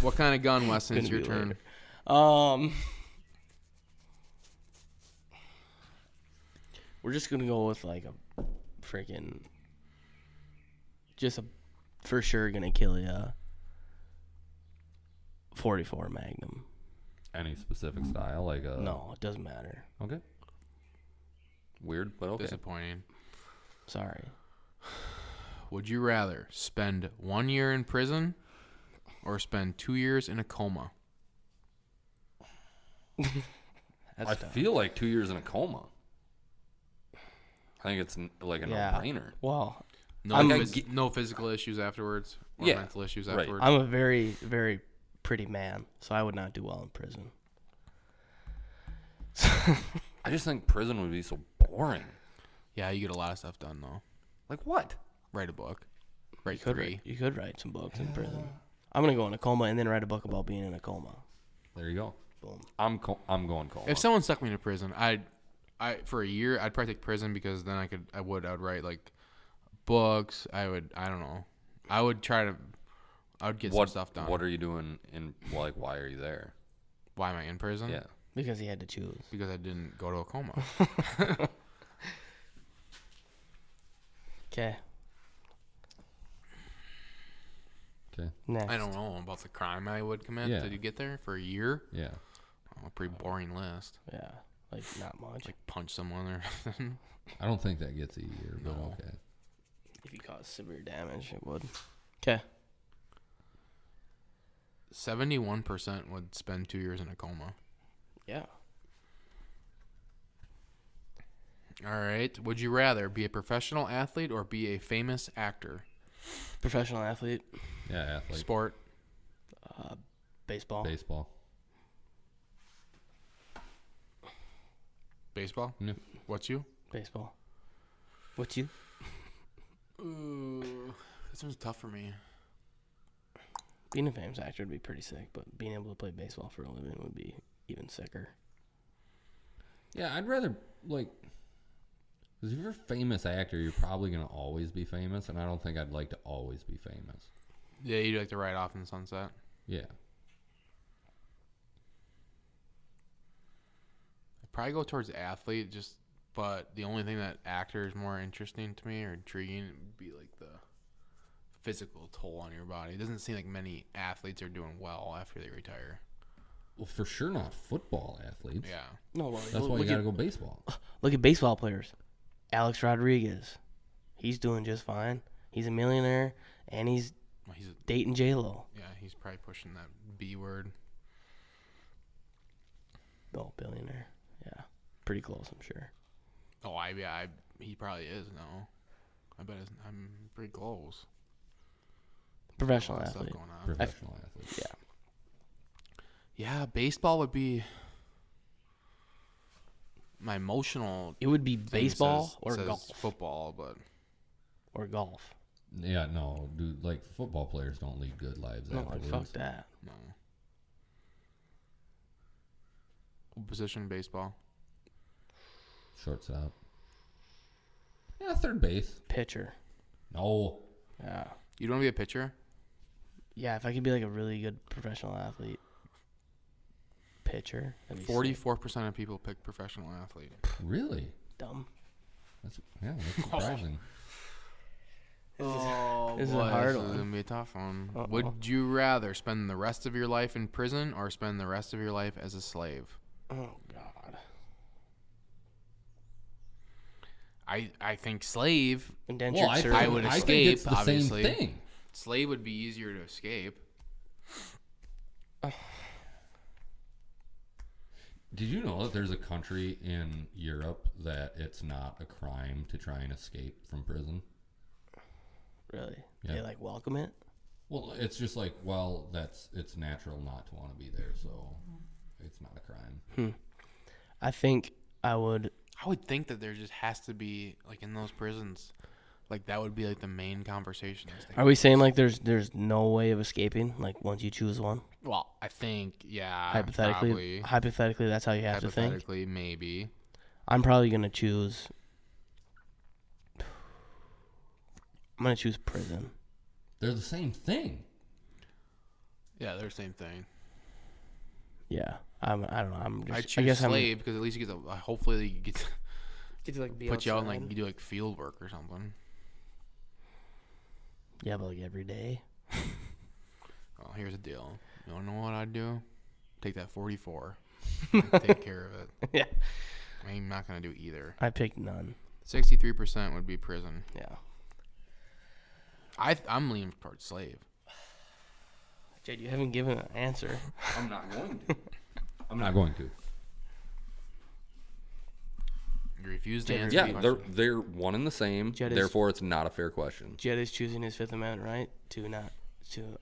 S1: What kind of gun, Weston? It's
S2: Gonna
S1: your
S2: be
S1: turn.
S2: later. Um, we're just gonna go with like a freaking, just a for sure gonna kill ya. Forty-four Magnum.
S3: Any specific style, like a
S2: No, it doesn't matter.
S3: Okay. Weird, but okay.
S1: Disappointing.
S2: Sorry.
S1: Would you rather spend one year in prison or spend two years in a coma?
S2: That's
S3: I
S2: tough.
S3: feel like two years in a coma. I think it's n- like a
S2: yeah.
S3: no-brainer.
S2: Well,
S1: No,
S2: I'm-
S1: phys- no physical issues afterwards or
S3: Yeah,
S1: mental issues
S3: right.
S1: afterwards.
S2: I'm a very, very pretty man, so I would not do well in prison.
S3: I just think prison would be so boring.
S1: yeah, you get a lot of stuff done though.
S3: Like what?
S1: Write a book. Write
S2: Could
S1: three.
S2: write, you could write some books in prison. I'm gonna go in a coma and then write a book about being in a coma.
S3: There you go.
S2: Boom.
S3: I'm co- I'm going coma.
S1: If someone stuck me in a prison, I'd I for a year I'd probably take prison because then I could I would I would write like books. I would I don't know. I would try to I would get
S3: what
S1: some stuff done.
S3: What are you doing? In well, like, why are you there?
S1: Why am I in prison?
S3: Yeah.
S2: Because he had to choose.
S1: Because I didn't go to a coma.
S2: Okay.
S3: Okay.
S2: Next.
S1: I don't know about the crime I would commit
S3: Yeah.
S1: Did you get there for a year.
S3: Yeah.
S1: Oh, a pretty boring list.
S2: Yeah. Like not much.
S1: Punch someone or something.
S3: I don't think that gets easier, but
S1: No.
S3: okay.
S2: If you cause severe damage, it would. Okay.
S1: Seventy-one percent would spend two years in a coma.
S2: Yeah.
S1: All right. Would you rather be a professional athlete or be a famous actor?
S2: Professional athlete,
S3: Yeah, athlete,
S1: Sport.
S2: baseball.
S3: baseball.
S1: Baseball.
S3: Yeah.
S1: What's you?
S2: baseball. What you?
S1: Ooh, this one's tough for me.
S2: Being a famous actor would be pretty sick, but being able to play baseball for a living would be even sicker.
S3: Yeah, I'd rather like because if you're a famous actor, you're probably gonna always be famous, and I don't think I'd like to always be famous.
S1: Yeah, you'd like to ride off in the sunset.
S3: Yeah.
S1: I'd probably go towards athlete, just but the only thing that actor is more interesting to me or intriguing would be like the physical toll on your body. It doesn't seem like many athletes are doing well after they retire.
S3: Well, for sure not football athletes.
S1: Yeah.
S2: No, well,
S3: That's why you
S2: look,
S3: gotta
S2: at,
S3: go baseball.
S2: look at baseball players. Alex Rodriguez, he's doing just fine. He's a millionaire and he's
S1: Well, he's
S2: dating J Lo.
S1: yeah. He's probably pushing that B word.
S2: Oh, billionaire. Yeah, pretty close, I'm sure.
S1: Oh, I yeah. I, he probably is. No, I bet it's, I'm pretty close.
S2: Professional
S1: Stuff
S2: athlete.
S1: going on.
S3: Professional athletes.
S2: Yeah.
S1: Yeah, baseball would be my emotional.
S2: It would be
S1: thing
S2: baseball
S1: says-
S2: or
S1: says
S2: golf
S1: Football, but
S2: or golf.
S3: Yeah, no, dude. Like football players don't lead good lives
S2: No, like,
S3: afterwards.
S2: fuck that.
S1: no. What Position in baseball.
S3: Shortstop. Yeah, third base.
S2: Pitcher.
S3: No,
S2: Yeah.
S1: You don't want to be a pitcher.
S2: Yeah, if I could be like a really good professional athlete, pitcher, that'd be sick.
S1: Forty-four percent of people pick professional athlete.
S3: really.
S2: dumb.
S3: That's yeah, that's surprising.
S1: Oh,
S2: this is a
S1: this
S2: hard
S1: is
S2: one.
S1: gonna be a tough one.
S2: Uh-oh.
S1: Would you rather spend the rest of your life in prison or spend the rest of your life as a slave?
S2: Oh god.
S1: I I think slave
S2: Indentured servant.
S1: I would
S3: think
S1: escape,
S3: it's the
S1: obviously.
S3: same thing.
S1: slave would be easier to escape.
S3: Did you know that there's a country in Europe that it's not a crime to try and escape from prison?
S2: really.
S3: Yeah.
S2: They like welcome it.
S3: Well, it's just like, well, that's it's natural not to want to be there, so it's not a crime.
S2: I think I would.
S1: I would think that there just has to be like in those prisons, like that would be like the main conversation. I think.
S2: Are we saying like there's there's no way of escaping? Like once you choose one,
S1: Well, I think yeah,
S2: hypothetically,
S1: probably.
S2: Ah, hypothetically, that's how you have to think.
S1: hypothetically maybe.
S2: I'm probably gonna choose. I'm gonna choose prison.
S3: They're the same thing.
S1: Yeah, they're the same thing.
S2: Yeah, I'm. I don't know. I'm just.
S1: I
S2: I,
S1: choose
S2: guess
S1: slave because at least you get to uh, hopefully you get to
S2: I'm. Could you like be
S1: put you out and like you do like field work or something.
S2: Yeah, but like every day.
S1: Well, here's the deal. You don't know what I'd do? Take that 44. and take care of it.
S2: yeah.
S1: I'm not gonna do either.
S2: I picked none.
S1: 63% would be prison.
S2: Yeah.
S1: I th- I'm leaning towards slave.
S2: Jade, you haven't given an answer.
S3: I'm not going to. I'm not going to.
S1: You refuse to answer.
S3: Yeah,
S1: the
S3: they're
S1: question.
S3: they're one and the same.
S2: Jed is-
S3: therefore, it's not a fair question.
S2: Jed is choosing his Fifth Amendment right to not to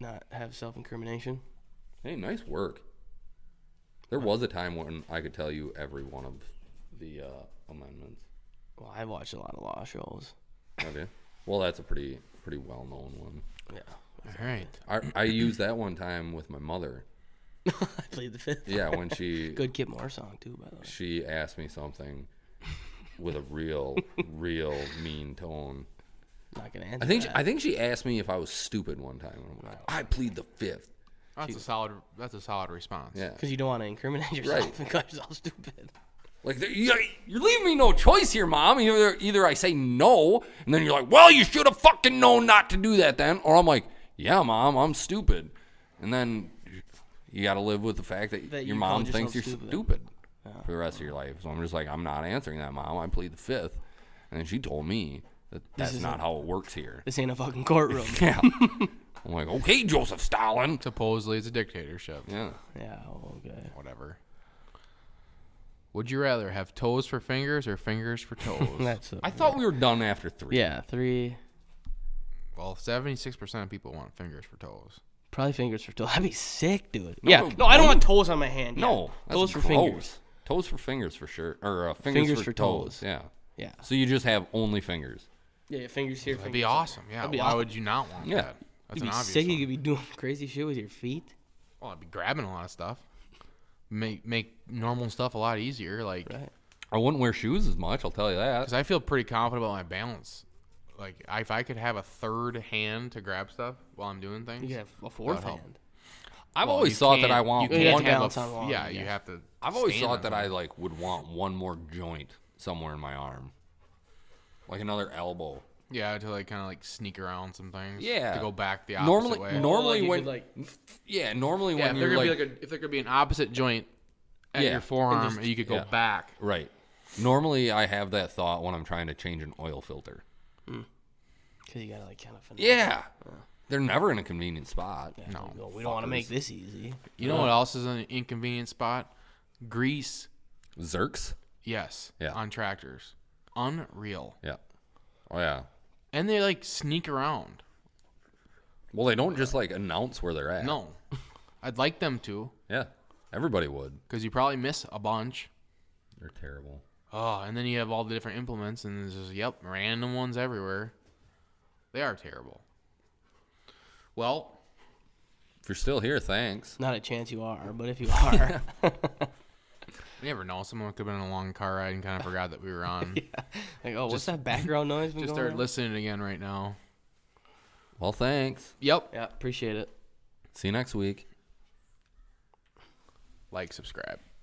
S2: not have self-incrimination.
S3: Hey, nice work. There was a time when I could tell you every one of the uh, amendments.
S2: Well, I watched a lot of law shows.
S3: Okay. Well, that's a pretty pretty well known one.
S2: Yeah,
S1: all right.
S3: I I used that one time with my mother.
S2: I played the Fifth.
S3: Yeah, when she
S2: Good Kid Moore song too, by the way.
S3: she asked me something with a real real mean tone.
S2: Not gonna answer.
S3: I think she,
S2: that.
S3: I think she asked me if I was stupid one time. and I'm like, I plead the fifth.
S1: That's a solid. That's a solid response.
S3: Yeah.
S2: because you don't want to incriminate yourself
S3: Right.
S2: and call yourself stupid.
S3: Like there- you, you're leaving me no choice here, mom. Either either I say no, and then you're like, well, you should have fucking known not to do that then, or I'm like, yeah, mom, I'm stupid, and then you got to live with the fact that,
S2: That
S3: your
S2: you
S3: mom
S2: called
S3: thinks you're
S2: yourself
S3: stupid,
S2: stupid.
S3: for the rest of your life. So I'm just like, I'm not answering that, mom. I plead the fifth, and then she told me that that's not how it works here.
S2: This ain't a fucking courtroom.
S3: Yeah, I'm like, okay, Joseph Stalin.
S1: Supposedly it's a dictatorship.
S3: Yeah,
S2: yeah. Okay.
S1: Whatever. Would you rather have toes for fingers or fingers for toes?
S2: That's a,
S3: I thought we were done after three.
S2: yeah. Three
S1: well, seventy-six percent of people want fingers for toes.
S2: probably fingers for toes. That'd be sick, dude.
S3: No,
S2: yeah.
S3: no,
S2: No, I don't
S3: no.
S2: want toes on my hand. Yeah.
S3: No, that's
S2: toes for
S3: gross.
S2: fingers.
S3: Toes for fingers for sure, or uh, fingers,
S2: Fingers
S3: for,
S2: for
S3: toes.
S2: toes.
S3: Yeah.
S2: Yeah.
S3: So you just have only fingers.
S2: Yeah. Your fingers here.
S1: That'd
S2: Fingers
S1: be
S2: there.
S1: awesome. Yeah.
S2: That'd be
S1: Why
S2: awesome.
S1: would you not want
S3: Yeah.
S1: that? That's
S2: You'd
S1: an
S2: be
S1: obvious.
S2: sick.
S1: one.
S2: You could be doing crazy shit with your feet.
S1: Well, I'd be grabbing a lot of stuff. Make make normal stuff a lot easier. Like,
S2: Right.
S3: I wouldn't wear shoes as much. I'll tell you that.
S1: cause I feel pretty confident about my balance. Like, I- if I could have a third hand to grab stuff while I'm doing things,
S2: You could have a fourth
S1: help.
S2: hand.
S3: I've
S1: well,
S3: always
S1: you
S3: thought that
S1: can't-
S3: I want
S1: you
S2: You have
S3: one.
S2: to
S1: have a
S2: balance on
S1: f-
S2: one,
S1: Yeah,
S2: I
S1: you
S2: guess.
S1: have to.
S3: I've always
S1: stand
S3: thought
S1: on
S3: that
S1: one.
S3: I like would want one more joint somewhere in my arm, like another elbow.
S1: Yeah, to like kind of like sneak around some things.
S3: Yeah.
S1: To go back the opposite
S3: Normally,
S1: way.
S3: normally
S2: Or, like, you
S3: when
S2: could, like-
S3: yeah, normally
S1: yeah,
S3: when
S1: if there
S3: you're
S1: could
S3: like,
S1: be like a, if there could be an opposite joint at
S3: Yeah,
S1: your
S3: and
S1: forearm,
S3: just-
S1: you could go
S3: yeah.
S1: back.
S3: right. Normally, I have that thought when I'm trying to change an oil filter.
S2: Because you gotta like kind of.
S3: Yeah, they're never in a convenient spot.
S1: No.
S2: we don't want to make this easy.
S1: You know what else is an inconvenient spot? Grease.
S3: Zerks.
S1: Yes.
S3: Yeah.
S1: On tractors. Unreal.
S3: Yeah. Oh yeah.
S1: And they like sneak around.
S3: Well, they don't just like announce where they're at.
S1: No. I'd like them to
S3: Yeah. Everybody would.
S1: because you probably miss a bunch.
S3: They're terrible.
S1: Oh, and then you have all the different implements, and there's just, yep, random ones everywhere. They are terrible. Well,
S3: If you're still here, thanks.
S2: Not a chance you are, but if you are,
S1: you never know. Someone could have been on a long car ride and kind of forgot that we were on.
S2: like, oh, what's that background noise? been
S1: Just
S2: going
S1: started
S2: on?
S1: listening again right now.
S3: Well, thanks.
S1: Yep.
S2: Yeah, appreciate it.
S3: See you next week.
S1: Like, subscribe.